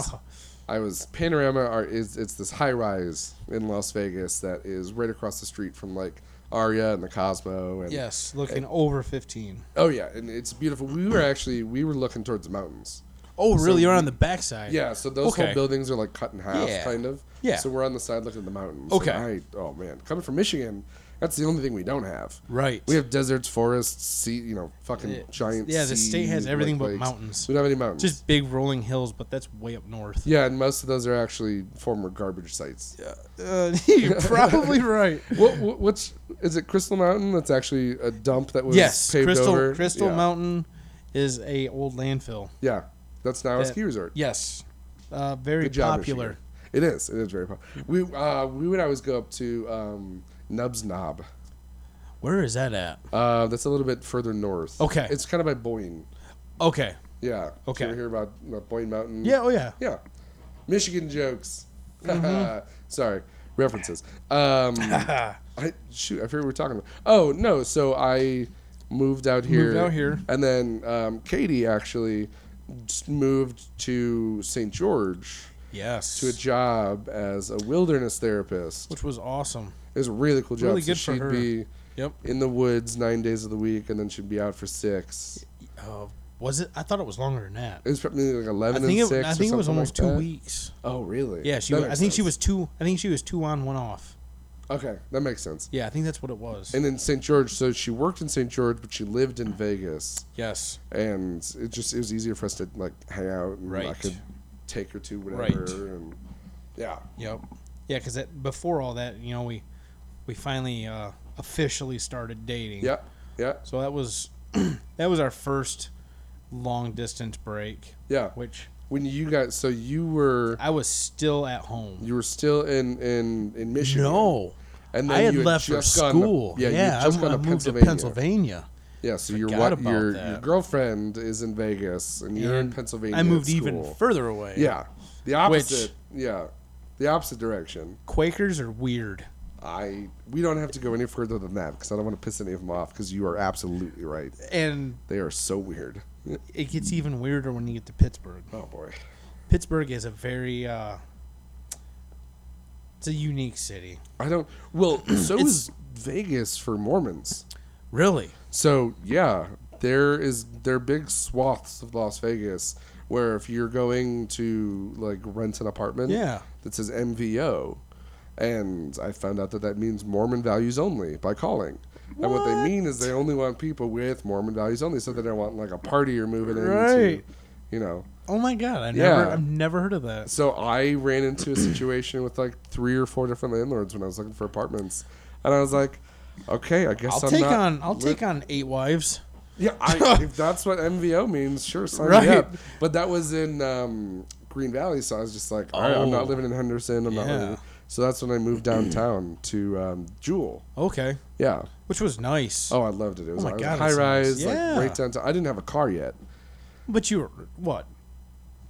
[SPEAKER 1] I was Panorama are is it's this high rise in Las Vegas that is right across the street from like Aria and the Cosmo, and
[SPEAKER 2] Yes. Looking over 15.
[SPEAKER 1] oh yeah, and it's beautiful. We were actually we were looking towards the mountains.
[SPEAKER 2] Oh, really? You're on the backside.
[SPEAKER 1] Yeah, so those
[SPEAKER 2] Okay.
[SPEAKER 1] whole buildings are like cut in half,
[SPEAKER 2] Yeah.
[SPEAKER 1] kind of.
[SPEAKER 2] Yeah.
[SPEAKER 1] So we're on the side looking at the mountains.
[SPEAKER 2] Okay.
[SPEAKER 1] And I, oh man, coming from Michigan, that's the only thing we don't have.
[SPEAKER 2] Right.
[SPEAKER 1] We have deserts, forests, sea, you know, fucking
[SPEAKER 2] Yeah.
[SPEAKER 1] giant.
[SPEAKER 2] Yeah, the state has
[SPEAKER 1] sea,
[SPEAKER 2] everything but
[SPEAKER 1] lakes.
[SPEAKER 2] mountains.
[SPEAKER 1] We don't have any mountains.
[SPEAKER 2] just big rolling hills, but that's way up north.
[SPEAKER 1] yeah, and most of those are actually former garbage sites.
[SPEAKER 2] [LAUGHS] Uh, you're
[SPEAKER 1] [LAUGHS]
[SPEAKER 2] probably right.
[SPEAKER 1] What, what what's is it Crystal Mountain? That's actually a dump that was
[SPEAKER 2] Yes.
[SPEAKER 1] paved
[SPEAKER 2] Crystal
[SPEAKER 1] over.
[SPEAKER 2] Crystal
[SPEAKER 1] yeah.
[SPEAKER 2] Mountain is a old landfill.
[SPEAKER 1] Yeah, that's now a
[SPEAKER 2] That-
[SPEAKER 1] ski resort.
[SPEAKER 2] Yes. Uh, very
[SPEAKER 1] Good job,
[SPEAKER 2] popular.
[SPEAKER 1] Michigan. It is. It is very popular. We uh, we would always go up to um, Nub's Knob.
[SPEAKER 2] Where is that at?
[SPEAKER 1] Uh, that's a little bit further north.
[SPEAKER 2] Okay.
[SPEAKER 1] It's kind of by Boyne.
[SPEAKER 2] Okay.
[SPEAKER 1] Yeah. Did
[SPEAKER 2] Okay.
[SPEAKER 1] You ever hear about, about Boyne Mountain?
[SPEAKER 2] Yeah. Oh, yeah.
[SPEAKER 1] Yeah. Michigan jokes.
[SPEAKER 2] Mm-hmm.
[SPEAKER 1] [LAUGHS] Sorry. References. Um, I, shoot, I figured we were talking about. Oh, no. So I moved out here.
[SPEAKER 2] Moved out here.
[SPEAKER 1] And then um, Katie actually s- moved to St. George
[SPEAKER 2] [LAUGHS] Yes.
[SPEAKER 1] to a job as a wilderness therapist. It
[SPEAKER 2] which was awesome.
[SPEAKER 1] was a really cool job.
[SPEAKER 2] Really
[SPEAKER 1] So
[SPEAKER 2] good for
[SPEAKER 1] she'd
[SPEAKER 2] her.
[SPEAKER 1] be
[SPEAKER 2] Yep.
[SPEAKER 1] in the woods nine days of the week, and then she'd be out for six.
[SPEAKER 2] Uh, was it? I thought it was longer than that.
[SPEAKER 1] It was probably like
[SPEAKER 2] I
[SPEAKER 1] eleven
[SPEAKER 2] think
[SPEAKER 1] and
[SPEAKER 2] it,
[SPEAKER 1] six.
[SPEAKER 2] I
[SPEAKER 1] or
[SPEAKER 2] think it was
[SPEAKER 1] something
[SPEAKER 2] almost
[SPEAKER 1] like
[SPEAKER 2] two
[SPEAKER 1] that.
[SPEAKER 2] weeks.
[SPEAKER 1] Oh, really?
[SPEAKER 2] Yeah, she.
[SPEAKER 1] That
[SPEAKER 2] Was, I
[SPEAKER 1] makes
[SPEAKER 2] think she
[SPEAKER 1] sense.
[SPEAKER 2] was two. I think she was two on, one off.
[SPEAKER 1] Okay, that makes sense.
[SPEAKER 2] Yeah, I think that's what it was.
[SPEAKER 1] And then St. George. So she worked in St. George, but she lived in Vegas,
[SPEAKER 2] yes.
[SPEAKER 1] and it just it was easier for us to like hang out, and I
[SPEAKER 2] Right.
[SPEAKER 1] could take her to whatever,
[SPEAKER 2] Right.
[SPEAKER 1] and yeah,
[SPEAKER 2] Yep. Yeah, because before all that, you know, we we finally uh, officially started dating.
[SPEAKER 1] yeah, yeah,
[SPEAKER 2] So that was [CLEARS THROAT] that was our first long distance break,
[SPEAKER 1] yeah.
[SPEAKER 2] which
[SPEAKER 1] When you got so you were
[SPEAKER 2] I was still at home.
[SPEAKER 1] you were still in in in Michigan.
[SPEAKER 2] No,
[SPEAKER 1] and
[SPEAKER 2] I had
[SPEAKER 1] you
[SPEAKER 2] left for
[SPEAKER 1] just gone to-
[SPEAKER 2] school.
[SPEAKER 1] yeah,
[SPEAKER 2] yeah,
[SPEAKER 1] you had
[SPEAKER 2] I,
[SPEAKER 1] just
[SPEAKER 2] I
[SPEAKER 1] gone
[SPEAKER 2] moved
[SPEAKER 1] Pennsylvania.
[SPEAKER 2] to Pennsylvania.
[SPEAKER 1] Yeah, so your
[SPEAKER 2] Forgot
[SPEAKER 1] what
[SPEAKER 2] about
[SPEAKER 1] your
[SPEAKER 2] that.
[SPEAKER 1] your girlfriend is in Vegas, and you're in
[SPEAKER 2] And
[SPEAKER 1] Pennsylvania.
[SPEAKER 2] I
[SPEAKER 1] at
[SPEAKER 2] moved even
[SPEAKER 1] school.
[SPEAKER 2] further away.
[SPEAKER 1] Yeah, the
[SPEAKER 2] Which-
[SPEAKER 1] opposite. yeah, the opposite direction.
[SPEAKER 2] Quakers are weird.
[SPEAKER 1] I we don't have to go any further than that because I don't want to piss any of them off because you are absolutely right.
[SPEAKER 2] And
[SPEAKER 1] They are so weird.
[SPEAKER 2] it gets even weirder when you get to Pittsburgh.
[SPEAKER 1] Oh boy.
[SPEAKER 2] Pittsburgh is a very uh, it's a unique city.
[SPEAKER 1] I don't. [CLEARS THROAT] Well, so
[SPEAKER 2] It's-
[SPEAKER 1] is Vegas for Mormons.
[SPEAKER 2] Really?
[SPEAKER 1] So yeah, there is there are big swaths of Las Vegas where if you're going to like rent an apartment,
[SPEAKER 2] Yeah.
[SPEAKER 1] that says MVO, and I found out that that means Mormon values only by calling. And what they
[SPEAKER 2] What?
[SPEAKER 1] mean is they only want people with Mormon values only, so they don't want like a party you're moving into,
[SPEAKER 2] Right.
[SPEAKER 1] you know.
[SPEAKER 2] Oh my god! I
[SPEAKER 1] Yeah.
[SPEAKER 2] never I've never heard of that.
[SPEAKER 1] So I ran into a situation with like three or four different landlords when I was looking for apartments, and I was like, okay, I guess
[SPEAKER 2] I'll
[SPEAKER 1] am
[SPEAKER 2] take
[SPEAKER 1] not
[SPEAKER 2] on I'll
[SPEAKER 1] with-
[SPEAKER 2] take on eight wives.
[SPEAKER 1] Yeah,
[SPEAKER 2] [LAUGHS]
[SPEAKER 1] I, if that's what MVO means, sure, sign me
[SPEAKER 2] Right.
[SPEAKER 1] up. But that was in um, Green Valley, so I was just like, all right, I'm
[SPEAKER 2] Oh.
[SPEAKER 1] not living in Henderson. I'm not
[SPEAKER 2] Yeah.
[SPEAKER 1] living. So that's when I moved downtown to um, Jewel.
[SPEAKER 2] Okay,
[SPEAKER 1] Yeah.
[SPEAKER 2] which was nice.
[SPEAKER 1] Oh, I loved it. It was,
[SPEAKER 2] my
[SPEAKER 1] it was
[SPEAKER 2] God,
[SPEAKER 1] high
[SPEAKER 2] it's nice.
[SPEAKER 1] rise,
[SPEAKER 2] Yeah.
[SPEAKER 1] like right downtown. I didn't have a car yet.
[SPEAKER 2] But you were what?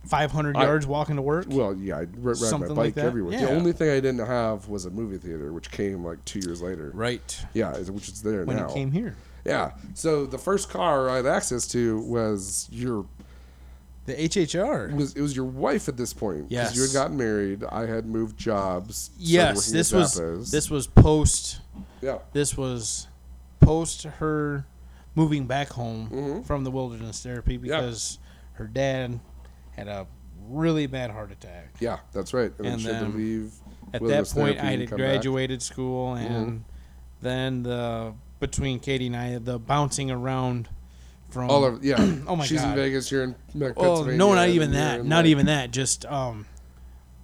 [SPEAKER 2] Five hundred
[SPEAKER 1] I-
[SPEAKER 2] yards walking to work.
[SPEAKER 1] Well, yeah, I r- ride my
[SPEAKER 2] Something
[SPEAKER 1] bike
[SPEAKER 2] like that?
[SPEAKER 1] everywhere.
[SPEAKER 2] Yeah.
[SPEAKER 1] The only thing I didn't have was a movie theater, which came like two years later.
[SPEAKER 2] right.
[SPEAKER 1] Yeah, it- which is there
[SPEAKER 2] When
[SPEAKER 1] now.
[SPEAKER 2] it came here,
[SPEAKER 1] Yeah. So the first car I had access to was your
[SPEAKER 2] the HHR.
[SPEAKER 1] It was it was your wife at this point. 'cause
[SPEAKER 2] Yes.
[SPEAKER 1] you had gotten married. I had moved jobs. started
[SPEAKER 2] Yes,
[SPEAKER 1] working
[SPEAKER 2] this
[SPEAKER 1] at
[SPEAKER 2] was
[SPEAKER 1] Zappos.
[SPEAKER 2] this was post
[SPEAKER 1] Yeah,
[SPEAKER 2] this was post her moving back home
[SPEAKER 1] Mm-hmm.
[SPEAKER 2] from the wilderness therapy because her dad had a really bad heart attack.
[SPEAKER 1] yeah, that's right. And, then
[SPEAKER 2] And
[SPEAKER 1] she had to
[SPEAKER 2] then
[SPEAKER 1] leave.
[SPEAKER 2] At that
[SPEAKER 1] wilderness
[SPEAKER 2] point,
[SPEAKER 1] therapy
[SPEAKER 2] I
[SPEAKER 1] and
[SPEAKER 2] had
[SPEAKER 1] come back. Mm-hmm.
[SPEAKER 2] graduated school, and then the between Katie and I, the bouncing around from
[SPEAKER 1] All over. Yeah.
[SPEAKER 2] [CLEARS THROAT] Oh my
[SPEAKER 1] She's in
[SPEAKER 2] God.
[SPEAKER 1] Vegas. You're in Mac-
[SPEAKER 2] well,
[SPEAKER 1] Pennsylvania.
[SPEAKER 2] no, not
[SPEAKER 1] and
[SPEAKER 2] even
[SPEAKER 1] you're
[SPEAKER 2] that,
[SPEAKER 1] in,
[SPEAKER 2] not
[SPEAKER 1] like-
[SPEAKER 2] even that, just um,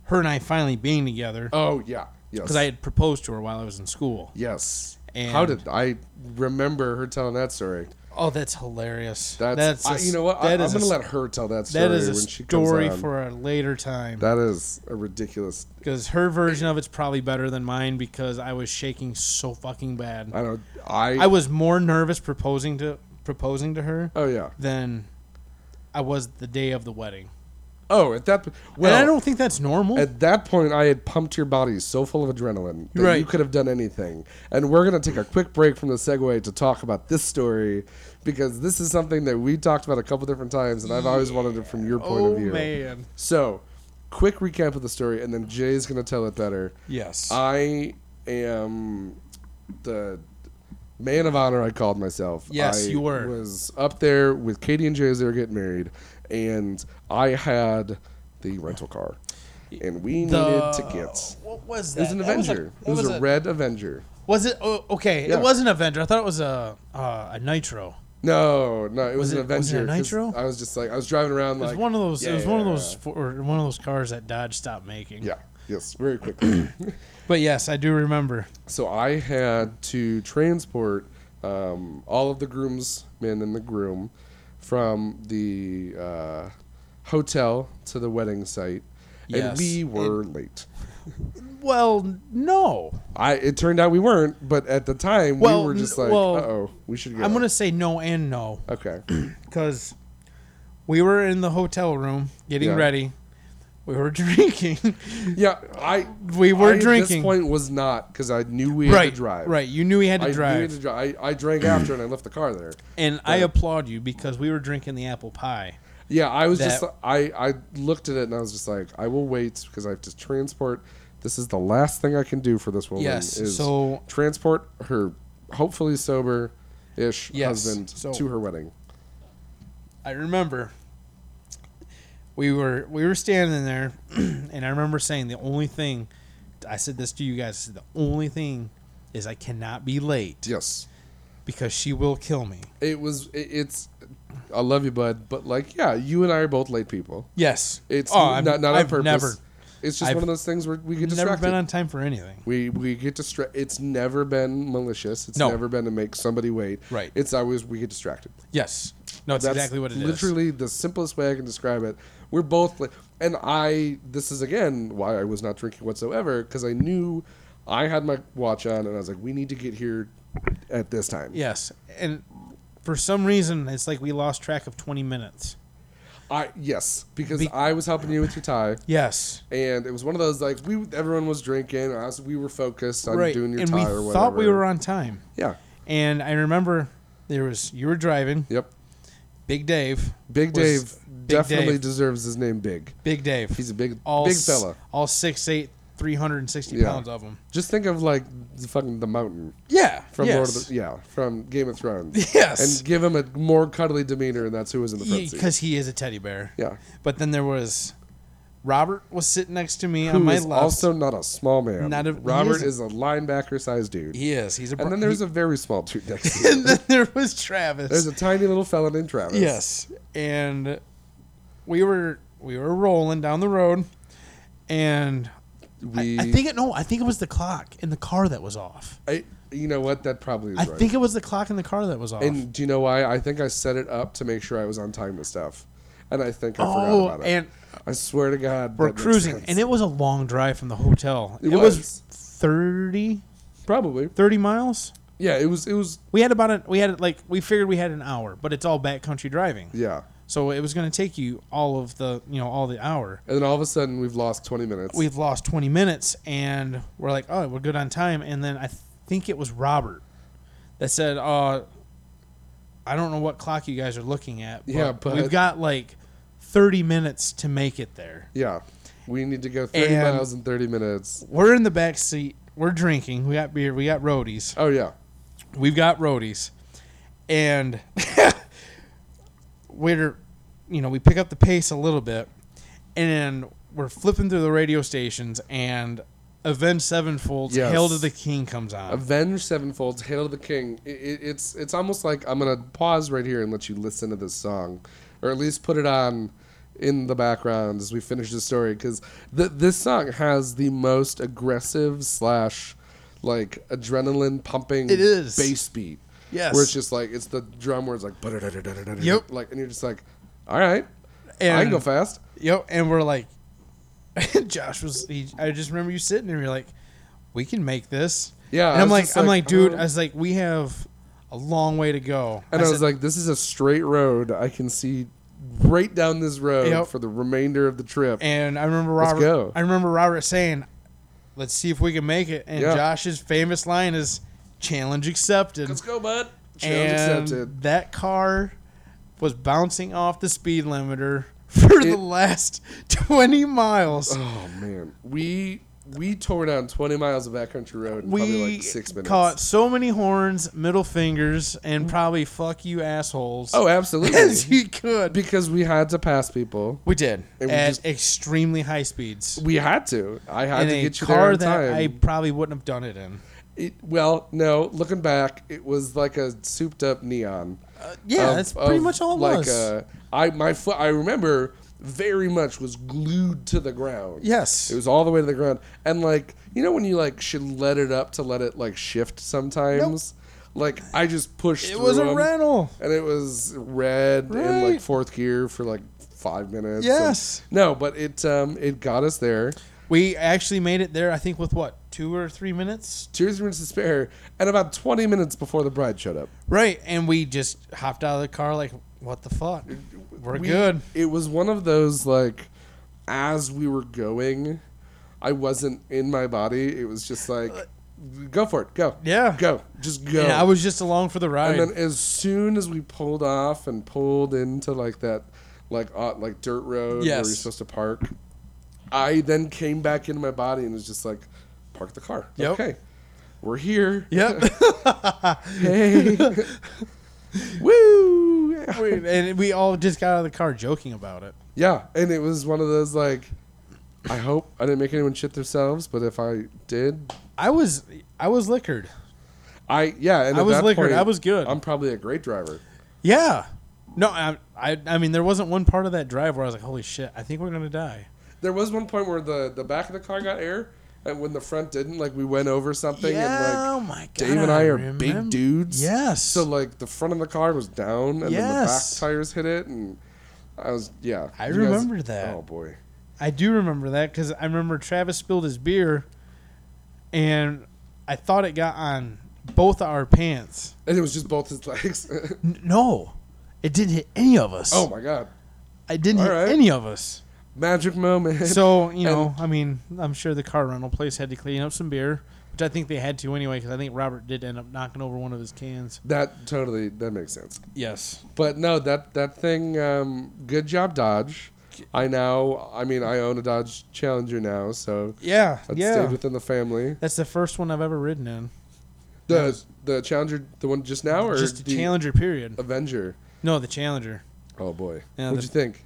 [SPEAKER 2] her and I finally being together
[SPEAKER 1] Oh yeah. Yes.
[SPEAKER 2] because I had proposed to her while I was in school.
[SPEAKER 1] Yes.
[SPEAKER 2] And-
[SPEAKER 1] How did I remember her telling that story?
[SPEAKER 2] Oh, that's hilarious.
[SPEAKER 1] That's,
[SPEAKER 2] a
[SPEAKER 1] I, you know what?
[SPEAKER 2] that
[SPEAKER 1] I,
[SPEAKER 2] is
[SPEAKER 1] I'm
[SPEAKER 2] a
[SPEAKER 1] gonna let her tell that story
[SPEAKER 2] That is a
[SPEAKER 1] when she comes
[SPEAKER 2] story
[SPEAKER 1] on.
[SPEAKER 2] for a later time.
[SPEAKER 1] That is a ridiculous.
[SPEAKER 2] Because her version of it's probably better than mine because I was shaking so fucking bad.
[SPEAKER 1] I don't. I.
[SPEAKER 2] I was more nervous proposing to proposing to her
[SPEAKER 1] oh yeah.
[SPEAKER 2] than I was the day of the wedding.
[SPEAKER 1] Oh, at that. p- Well,
[SPEAKER 2] Well, and I don't think that's normal.
[SPEAKER 1] At that point, I had pumped your body so full of adrenaline that you
[SPEAKER 2] Right.
[SPEAKER 1] could have done anything. And we're going to take a quick break from the segue to talk about this story because this is something that we talked about a couple different times, and I've always wanted it from your point
[SPEAKER 2] oh
[SPEAKER 1] of view.
[SPEAKER 2] man.
[SPEAKER 1] So, quick recap of the story, and then Jay's going to tell it better.
[SPEAKER 2] Yes.
[SPEAKER 1] I am the man of honor. I called myself.
[SPEAKER 2] Yes,
[SPEAKER 1] I
[SPEAKER 2] you were.
[SPEAKER 1] Was up there with Katie and Jay as they were getting married, and I had the rental car, and we needed to get.
[SPEAKER 2] What was
[SPEAKER 1] It
[SPEAKER 2] that?
[SPEAKER 1] was an
[SPEAKER 2] That was a-
[SPEAKER 1] Avenger.
[SPEAKER 2] that
[SPEAKER 1] it was,
[SPEAKER 2] was
[SPEAKER 1] a, red Avenger.
[SPEAKER 2] was it? Oh, okay.
[SPEAKER 1] Yeah.
[SPEAKER 2] It was an Avenger. I thought it was a uh, a Nitro.
[SPEAKER 1] No, no, it was,
[SPEAKER 2] Was
[SPEAKER 1] an
[SPEAKER 2] it- was
[SPEAKER 1] Avenger.
[SPEAKER 2] it a
[SPEAKER 1] 'cause
[SPEAKER 2] Nitro?
[SPEAKER 1] I was just like I was driving around
[SPEAKER 2] It was
[SPEAKER 1] like
[SPEAKER 2] one of those.
[SPEAKER 1] yeah,
[SPEAKER 2] it was one of
[SPEAKER 1] yeah,
[SPEAKER 2] those for, or one of those cars that Dodge stopped making.
[SPEAKER 1] Yeah. Yes, very quickly.
[SPEAKER 2] But yes, I do remember.
[SPEAKER 1] So I had to transport um, all of the groomsmen and the groom from the uh, hotel to the wedding site, and
[SPEAKER 2] Yes.
[SPEAKER 1] we were late.
[SPEAKER 2] Well, no.
[SPEAKER 1] I it turned out we weren't, but at the time
[SPEAKER 2] Well,
[SPEAKER 1] we were just
[SPEAKER 2] n-
[SPEAKER 1] like,
[SPEAKER 2] well,
[SPEAKER 1] "Uh oh, we should go."
[SPEAKER 2] I'm gonna say no and no
[SPEAKER 1] okay,
[SPEAKER 2] because we were in the hotel room getting
[SPEAKER 1] Yeah.
[SPEAKER 2] ready. We were [LAUGHS] drinking.
[SPEAKER 1] Yeah, I
[SPEAKER 2] [CLEARS THROAT] We were
[SPEAKER 1] I At this
[SPEAKER 2] drinking.
[SPEAKER 1] point, was not because I knew we had
[SPEAKER 2] right.
[SPEAKER 1] to drive.
[SPEAKER 2] Right. You knew he had to
[SPEAKER 1] I
[SPEAKER 2] drive.
[SPEAKER 1] Knew we had to drive. I, I drank after and I left the car there.
[SPEAKER 2] and I applaud you because we were drinking the apple pie.
[SPEAKER 1] Yeah, I was just
[SPEAKER 2] That-
[SPEAKER 1] I I looked at it and I was just like, I will wait because I have to transport. This is the last thing I can do for this woman.
[SPEAKER 2] Yes,
[SPEAKER 1] is
[SPEAKER 2] so-
[SPEAKER 1] transport her hopefully sober ish
[SPEAKER 2] Yes,
[SPEAKER 1] husband
[SPEAKER 2] so-
[SPEAKER 1] to her wedding.
[SPEAKER 2] I remember we were we were standing there, [CLEARS THROAT] and I remember saying the only thing I said this to you guys. I said, the only thing is I cannot be late
[SPEAKER 1] Yes,
[SPEAKER 2] because she will kill me.
[SPEAKER 1] it was. It, it's. I love you, bud, but like, yeah, you and I are both late people.
[SPEAKER 2] Yes,
[SPEAKER 1] It's
[SPEAKER 2] Oh, I've-
[SPEAKER 1] not not on
[SPEAKER 2] I've
[SPEAKER 1] purpose.
[SPEAKER 2] Never,
[SPEAKER 1] it's just
[SPEAKER 2] I've
[SPEAKER 1] one of those things where we get
[SPEAKER 2] never
[SPEAKER 1] distracted.
[SPEAKER 2] been on time for anything.
[SPEAKER 1] We we get distracted. It's never been malicious. It's
[SPEAKER 2] No.
[SPEAKER 1] never been to make somebody wait.
[SPEAKER 2] Right.
[SPEAKER 1] It's always we get distracted.
[SPEAKER 2] Yes, no, it's exactly what it is.
[SPEAKER 1] Literally the simplest way I can describe it. We're both li- and I. This is again why I was not drinking whatsoever because I knew I had my watch on and I was like, we need to get here at this time.
[SPEAKER 2] Yes, and for some reason, it's like we lost track of twenty minutes.
[SPEAKER 1] I yes because
[SPEAKER 2] Be-
[SPEAKER 1] I was helping you with your tie.
[SPEAKER 2] Yes,
[SPEAKER 1] And it was one of those like we everyone was drinking. I was, we were focused on
[SPEAKER 2] right,
[SPEAKER 1] doing your
[SPEAKER 2] and we
[SPEAKER 1] tie or whatever.
[SPEAKER 2] thought we were on time.
[SPEAKER 1] Yeah.
[SPEAKER 2] And I remember there was you were driving.
[SPEAKER 1] Yep.
[SPEAKER 2] Big Dave.
[SPEAKER 1] Big
[SPEAKER 2] was-
[SPEAKER 1] Dave
[SPEAKER 2] Big
[SPEAKER 1] definitely
[SPEAKER 2] Dave,
[SPEAKER 1] deserves his name. Big.
[SPEAKER 2] Big Dave.
[SPEAKER 1] He's a big
[SPEAKER 2] all
[SPEAKER 1] big
[SPEAKER 2] s-
[SPEAKER 1] fella.
[SPEAKER 2] All six eight, three hundred and sixty
[SPEAKER 1] Yeah.
[SPEAKER 2] pounds of him.
[SPEAKER 1] Just think of like the fucking the mountain
[SPEAKER 2] Yeah.
[SPEAKER 1] from Lord of the, yeah from Game of Thrones.
[SPEAKER 2] [LAUGHS] Yes.
[SPEAKER 1] And give him a more cuddly demeanor, and that's who was in the front seat.
[SPEAKER 2] Because he is a teddy bear.
[SPEAKER 1] Yeah,
[SPEAKER 2] But then there was Robert was sitting next to me on
[SPEAKER 1] who
[SPEAKER 2] my
[SPEAKER 1] is
[SPEAKER 2] left.
[SPEAKER 1] also not a small man.
[SPEAKER 2] Not a- he
[SPEAKER 1] Robert
[SPEAKER 2] is-
[SPEAKER 1] is a linebacker sized dude,
[SPEAKER 2] he is. He's a.
[SPEAKER 1] and then there's a very small dude next
[SPEAKER 2] [LAUGHS]
[SPEAKER 1] to him.
[SPEAKER 2] and then there was Travis.
[SPEAKER 1] There's a tiny little fella named Travis.
[SPEAKER 2] Yes, and we were we were rolling down the road, and
[SPEAKER 1] we.
[SPEAKER 2] I, I think it no, I think it was the clock in the car that was off.
[SPEAKER 1] I- you know what? That probably is
[SPEAKER 2] I
[SPEAKER 1] right.
[SPEAKER 2] think it was the clock in the car that was off.
[SPEAKER 1] and do you know why? I think I set it up to make sure I was on time to stuff, and I think I
[SPEAKER 2] Oh,
[SPEAKER 1] forgot about it.
[SPEAKER 2] and-
[SPEAKER 1] I swear to God,
[SPEAKER 2] we're cruising, and it was a long drive from the hotel.
[SPEAKER 1] It
[SPEAKER 2] It, was.
[SPEAKER 1] was.
[SPEAKER 2] 30,
[SPEAKER 1] probably
[SPEAKER 2] 30 miles.
[SPEAKER 1] yeah. It was. It was
[SPEAKER 2] We had about a we had like we figured we had an hour, but it's all backcountry driving,
[SPEAKER 1] yeah.
[SPEAKER 2] so it was going to take you all of the you know all the hour.
[SPEAKER 1] And then all of a sudden, we've lost 20 minutes.
[SPEAKER 2] We've lost twenty minutes, and we're like, oh, we're good on time. And then I think it was Robert that said, uh, I don't know what clock you guys are looking at, but,
[SPEAKER 1] Yeah, but-
[SPEAKER 2] we've got like thirty minutes to make it there.
[SPEAKER 1] yeah. We need to go 30
[SPEAKER 2] And-
[SPEAKER 1] miles in 30 minutes.
[SPEAKER 2] We're in the back seat. We're drinking. We got beer. We got roadies.
[SPEAKER 1] Oh, yeah.
[SPEAKER 2] we've got roadies and [LAUGHS] we're you know we pick up the pace a little bit and we're flipping through the radio stations and avenged sevenfold's
[SPEAKER 1] Yes.
[SPEAKER 2] hail to the king comes on
[SPEAKER 1] Avenge Sevenfold's Hail to the King. I- I it's, it's almost like I'm going to pause right here and let you listen to this song, or at least put it on in the background as we finish the story, because th- this song has the most aggressive slash like adrenaline pumping
[SPEAKER 2] It is.
[SPEAKER 1] bass beat.
[SPEAKER 2] Yes.
[SPEAKER 1] Where it's just like, it's the drum where it's like, yep.
[SPEAKER 2] Yep.
[SPEAKER 1] like and you're just like, all right, I can
[SPEAKER 2] And-
[SPEAKER 1] go fast.
[SPEAKER 2] yep and we're like [LAUGHS] josh was he, i just remember you sitting there you're like we can make this
[SPEAKER 1] Yeah,
[SPEAKER 2] and
[SPEAKER 1] I
[SPEAKER 2] i'm
[SPEAKER 1] was
[SPEAKER 2] like,
[SPEAKER 1] just
[SPEAKER 2] i'm
[SPEAKER 1] like,
[SPEAKER 2] like dude
[SPEAKER 1] uh,
[SPEAKER 2] i was like we have a long way to go
[SPEAKER 1] And I, was
[SPEAKER 2] said,
[SPEAKER 1] like, this is a straight road. I can see right down this road
[SPEAKER 2] Yep.
[SPEAKER 1] for the remainder of the trip.
[SPEAKER 2] And I remember Robert.
[SPEAKER 1] go.
[SPEAKER 2] I remember Robert saying, "Let's see if we can make it." And
[SPEAKER 1] Yeah.
[SPEAKER 2] Josh's famous line is, "Challenge accepted."
[SPEAKER 1] Let's go, bud. Challenge
[SPEAKER 2] and
[SPEAKER 1] accepted.
[SPEAKER 2] that car was bouncing off the speed limiter [LAUGHS] for
[SPEAKER 1] It-
[SPEAKER 2] the last twenty miles.
[SPEAKER 1] Oh man, we we tore down 20 miles of backcountry road in probably
[SPEAKER 2] we
[SPEAKER 1] like six minutes.
[SPEAKER 2] caught so many horns, middle fingers, and probably "fuck you" assholes
[SPEAKER 1] oh, absolutely.
[SPEAKER 2] [LAUGHS] as you
[SPEAKER 1] [LAUGHS]
[SPEAKER 2] could.
[SPEAKER 1] because we had to pass people.
[SPEAKER 2] We did
[SPEAKER 1] And we
[SPEAKER 2] at
[SPEAKER 1] just-
[SPEAKER 2] extremely high speeds.
[SPEAKER 1] We had to. I had
[SPEAKER 2] In
[SPEAKER 1] to
[SPEAKER 2] a
[SPEAKER 1] get you there
[SPEAKER 2] car
[SPEAKER 1] on
[SPEAKER 2] that
[SPEAKER 1] time.
[SPEAKER 2] I probably wouldn't have done it in.
[SPEAKER 1] It, well, no. Looking back, it was like a souped-up neon.
[SPEAKER 2] yeah,
[SPEAKER 1] of-
[SPEAKER 2] that's pretty
[SPEAKER 1] of
[SPEAKER 2] much all it
[SPEAKER 1] like
[SPEAKER 2] was.
[SPEAKER 1] uh, I my foot. I remember very much was glued to the ground.
[SPEAKER 2] Yes.
[SPEAKER 1] It was all the way to the ground. And like, you know when you like should let it up to let it like shift sometimes? Like I just pushed
[SPEAKER 2] It was a
[SPEAKER 1] through um, 'em,
[SPEAKER 2] rental.
[SPEAKER 1] And it was red in like
[SPEAKER 2] Right.
[SPEAKER 1] fourth gear for like 5 minutes.
[SPEAKER 2] Yes.
[SPEAKER 1] And- no, but it um it got us there.
[SPEAKER 2] We actually made it there, I think, with what, two or three minutes?
[SPEAKER 1] Two or three minutes to spare and about 20 minutes before the bride showed up.
[SPEAKER 2] Right. And we just hopped out of the car like, what the fuck? We're
[SPEAKER 1] We-
[SPEAKER 2] good.
[SPEAKER 1] It was one of those like as we were going, I wasn't in my body. It was just like,
[SPEAKER 2] Uh,
[SPEAKER 1] go for it, go,
[SPEAKER 2] Yeah.
[SPEAKER 1] go, just go.
[SPEAKER 2] And I was just along for the ride.
[SPEAKER 1] And
[SPEAKER 2] [LAUGHS]
[SPEAKER 1] then as soon as we pulled off and pulled into like that, like uh, like dirt road where
[SPEAKER 2] Yes.
[SPEAKER 1] you're supposed to park, I then came back into my body and was just like, park the car.
[SPEAKER 2] Yep.
[SPEAKER 1] Okay, we're here.
[SPEAKER 2] yep.
[SPEAKER 1] [LAUGHS]
[SPEAKER 2] [LAUGHS]
[SPEAKER 1] Hey. Woo. Yeah.
[SPEAKER 2] We- and we all just got out of the car joking about it.
[SPEAKER 1] Yeah, and it was one of those like, I hope I didn't make anyone shit themselves, but if I did,
[SPEAKER 2] I was I was liquored.
[SPEAKER 1] I yeah. And
[SPEAKER 2] I
[SPEAKER 1] at
[SPEAKER 2] was
[SPEAKER 1] that
[SPEAKER 2] liquored.
[SPEAKER 1] point,
[SPEAKER 2] I was good.
[SPEAKER 1] I'm probably a great driver.
[SPEAKER 2] yeah. No, I, I I mean there wasn't one part of that drive where I was like, holy shit, I think we're gonna die.
[SPEAKER 1] There was one point where the the back of the car got air, and when the front didn't, like we went over something, and like
[SPEAKER 2] oh my god.
[SPEAKER 1] Dave and I are big
[SPEAKER 2] remember-
[SPEAKER 1] dudes.
[SPEAKER 2] Yes.
[SPEAKER 1] So like the front of the car was down, and then the back
[SPEAKER 2] Yes.
[SPEAKER 1] tires hit it, and I was yeah.
[SPEAKER 2] I
[SPEAKER 1] you guys-
[SPEAKER 2] remember that.
[SPEAKER 1] Oh boy.
[SPEAKER 2] I do remember that because I remember Travis spilled his beer, and I thought it got on both our pants.
[SPEAKER 1] And it was just both his [LAUGHS] legs.
[SPEAKER 2] N- no, it didn't hit any of us.
[SPEAKER 1] oh my god.
[SPEAKER 2] it didn't hit
[SPEAKER 1] alright.
[SPEAKER 2] any of [LAUGHS] us.
[SPEAKER 1] Magic moment.
[SPEAKER 2] So you know, I mean, I'm sure the car rental place had to clean up some beer, which I think they had to anyway because I think Robert did end up knocking over one of his cans.
[SPEAKER 1] that totally that makes sense.
[SPEAKER 2] Yes.
[SPEAKER 1] But no, that that thing. Um, good job, Dodge. I now, I mean, I own a Dodge Challenger now, so
[SPEAKER 2] Yeah.
[SPEAKER 1] that
[SPEAKER 2] yeah.
[SPEAKER 1] stayed within the family.
[SPEAKER 2] That's the first one I've ever ridden in.
[SPEAKER 1] The the Challenger, the one just now, or
[SPEAKER 2] Just the
[SPEAKER 1] the
[SPEAKER 2] Challenger period.
[SPEAKER 1] Avenger?
[SPEAKER 2] No, the Challenger.
[SPEAKER 1] Oh boy,
[SPEAKER 2] Yeah,
[SPEAKER 1] what'd
[SPEAKER 2] the-
[SPEAKER 1] you think?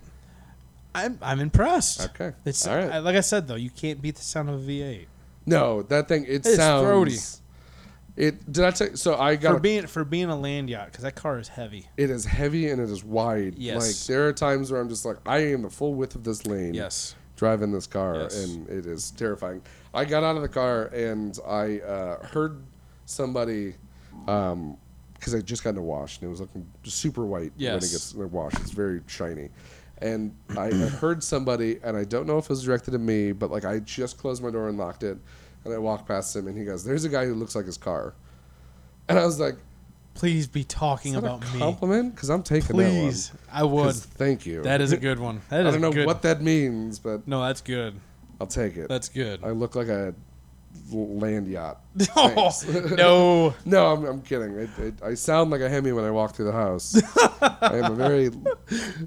[SPEAKER 2] I'm I'm impressed.
[SPEAKER 1] Okay,
[SPEAKER 2] It's
[SPEAKER 1] all right.
[SPEAKER 2] I, like I said though, you can't beat the sound of a V8
[SPEAKER 1] no, that thing it
[SPEAKER 2] It's
[SPEAKER 1] sounds.
[SPEAKER 2] throaty.
[SPEAKER 1] It did I tell? So I got
[SPEAKER 2] for
[SPEAKER 1] a-
[SPEAKER 2] being for being a land yacht because that car is heavy.
[SPEAKER 1] it is heavy and it is wide.
[SPEAKER 2] Yes.
[SPEAKER 1] like there are times where I'm just like I am the full width of this lane. driving this car
[SPEAKER 2] Yes.
[SPEAKER 1] and it is terrifying i got out of the car and i uh, heard somebody because i just got into wash and it was looking super white when it gets
[SPEAKER 2] Yes.
[SPEAKER 1] washed it's very shiny and I, I heard somebody and i don't know if it was directed at me but like i just closed my door and locked it and i walked past him and he goes there's a guy who looks like his car and i was like
[SPEAKER 2] Please be talking
[SPEAKER 1] is that a
[SPEAKER 2] about me.
[SPEAKER 1] compliment because i'm taking
[SPEAKER 2] Please, I
[SPEAKER 1] that one
[SPEAKER 2] would.
[SPEAKER 1] 'Cause thank you
[SPEAKER 2] That is a good one. That
[SPEAKER 1] i
[SPEAKER 2] is
[SPEAKER 1] don't know
[SPEAKER 2] good.
[SPEAKER 1] what that means but
[SPEAKER 2] No, that's good.
[SPEAKER 1] i'll take it
[SPEAKER 2] That's good.
[SPEAKER 1] I
[SPEAKER 2] [LAUGHS]
[SPEAKER 1] look like a land yacht.
[SPEAKER 2] Oh,
[SPEAKER 1] Thanks. [LAUGHS]
[SPEAKER 2] no.
[SPEAKER 1] no, I'm, I'm kidding. I, I, I sound like a Hemi when I walk through the house. I am a very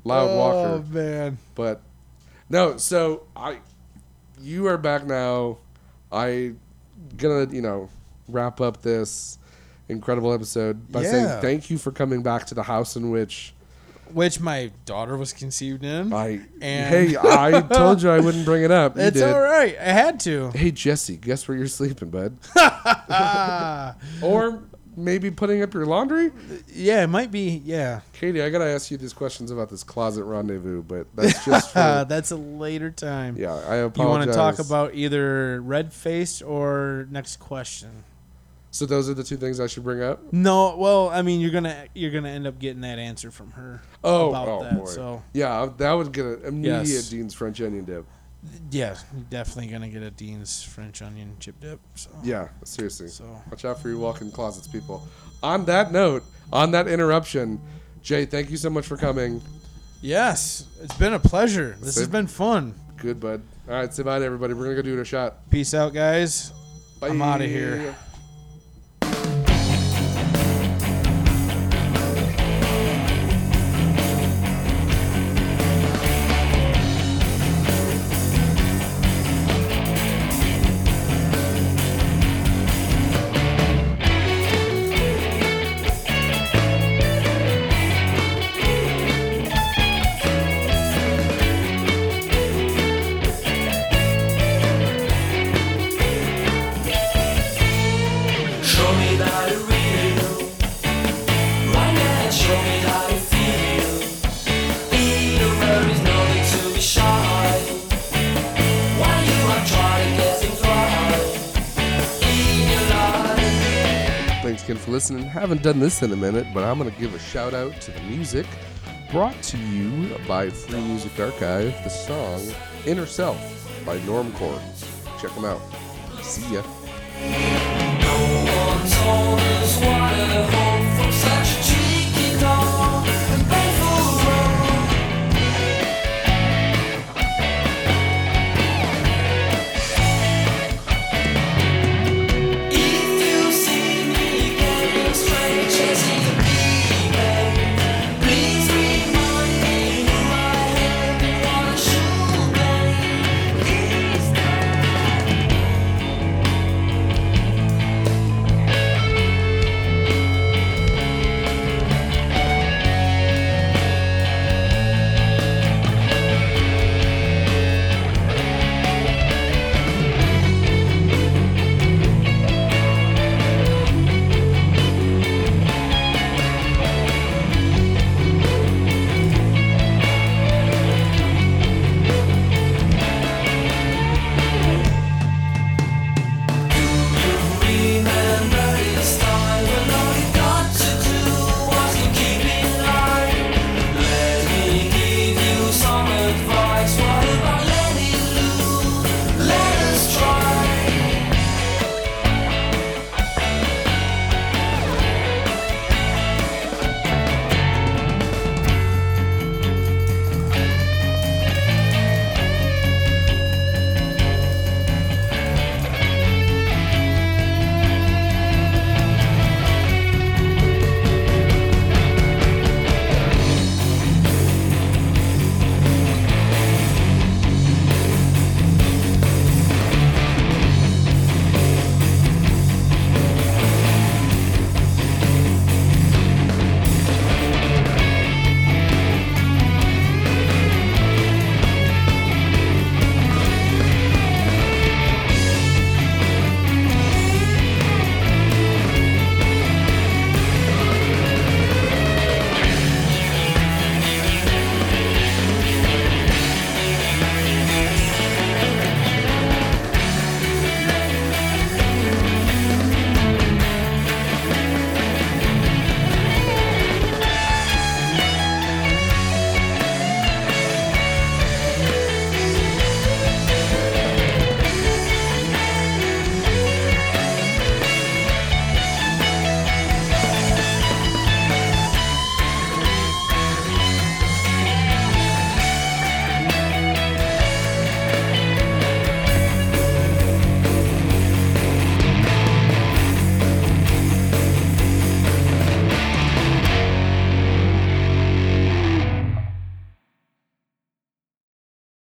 [SPEAKER 1] loud
[SPEAKER 2] Oh
[SPEAKER 1] walker.
[SPEAKER 2] man.
[SPEAKER 1] But no, so I, you are back now. I gonna you know wrap up this incredible episode by
[SPEAKER 2] Yeah.
[SPEAKER 1] saying thank you for coming back to the house in which
[SPEAKER 2] Which my daughter was conceived in.
[SPEAKER 1] I
[SPEAKER 2] And-
[SPEAKER 1] hey I told you I wouldn't bring it up. You
[SPEAKER 2] it's
[SPEAKER 1] did.
[SPEAKER 2] all right. I
[SPEAKER 1] [LAUGHS]
[SPEAKER 2] had to.
[SPEAKER 1] Hey Jesse, guess where you're sleeping, bud?
[SPEAKER 2] Ah,
[SPEAKER 1] or maybe putting up your laundry.
[SPEAKER 2] yeah, it might be. Yeah,
[SPEAKER 1] Katie, I gotta ask you these questions about this closet rendezvous, but
[SPEAKER 2] [LAUGHS]
[SPEAKER 1] that's just
[SPEAKER 2] uh,
[SPEAKER 1] for,
[SPEAKER 2] that's a later time.
[SPEAKER 1] yeah. I
[SPEAKER 2] You want
[SPEAKER 1] apologize.
[SPEAKER 2] to talk about either red face or next question?
[SPEAKER 1] So those are the two things I should bring up.
[SPEAKER 2] No, well, I mean, you're gonna you're gonna end up getting that answer from her.
[SPEAKER 1] Oh,
[SPEAKER 2] about
[SPEAKER 1] oh,
[SPEAKER 2] that.
[SPEAKER 1] boy.
[SPEAKER 2] So
[SPEAKER 1] Yeah, that would get an immediate
[SPEAKER 2] Yes.
[SPEAKER 1] Dean's French onion dip.
[SPEAKER 2] yeah, you're definitely gonna get a Dean's French onion chip dip. So
[SPEAKER 1] Yeah, seriously.
[SPEAKER 2] So-
[SPEAKER 1] Watch out for your walk-in closets, people. On that note, on that interruption, Jay, thank you so much for coming.
[SPEAKER 2] yes, it's been a pleasure. This has
[SPEAKER 1] Same.
[SPEAKER 2] been fun.
[SPEAKER 1] Good bud. All right, say bye to everybody. We're gonna go do it a shot.
[SPEAKER 2] Peace out, guys.
[SPEAKER 1] Bye.
[SPEAKER 2] I'm outta here.
[SPEAKER 3] Show me that it real. Right now, show me how you feel. Either way, is nothing to be shy. While you are trying to guess and thrive in your life.
[SPEAKER 1] Thanks again for listening. Haven't done this in a minute, but I'm going to give a shout out to the music brought to you by Free Music Archive, the song Inner Self by Normcore. Check them out. See ya.
[SPEAKER 3] No one told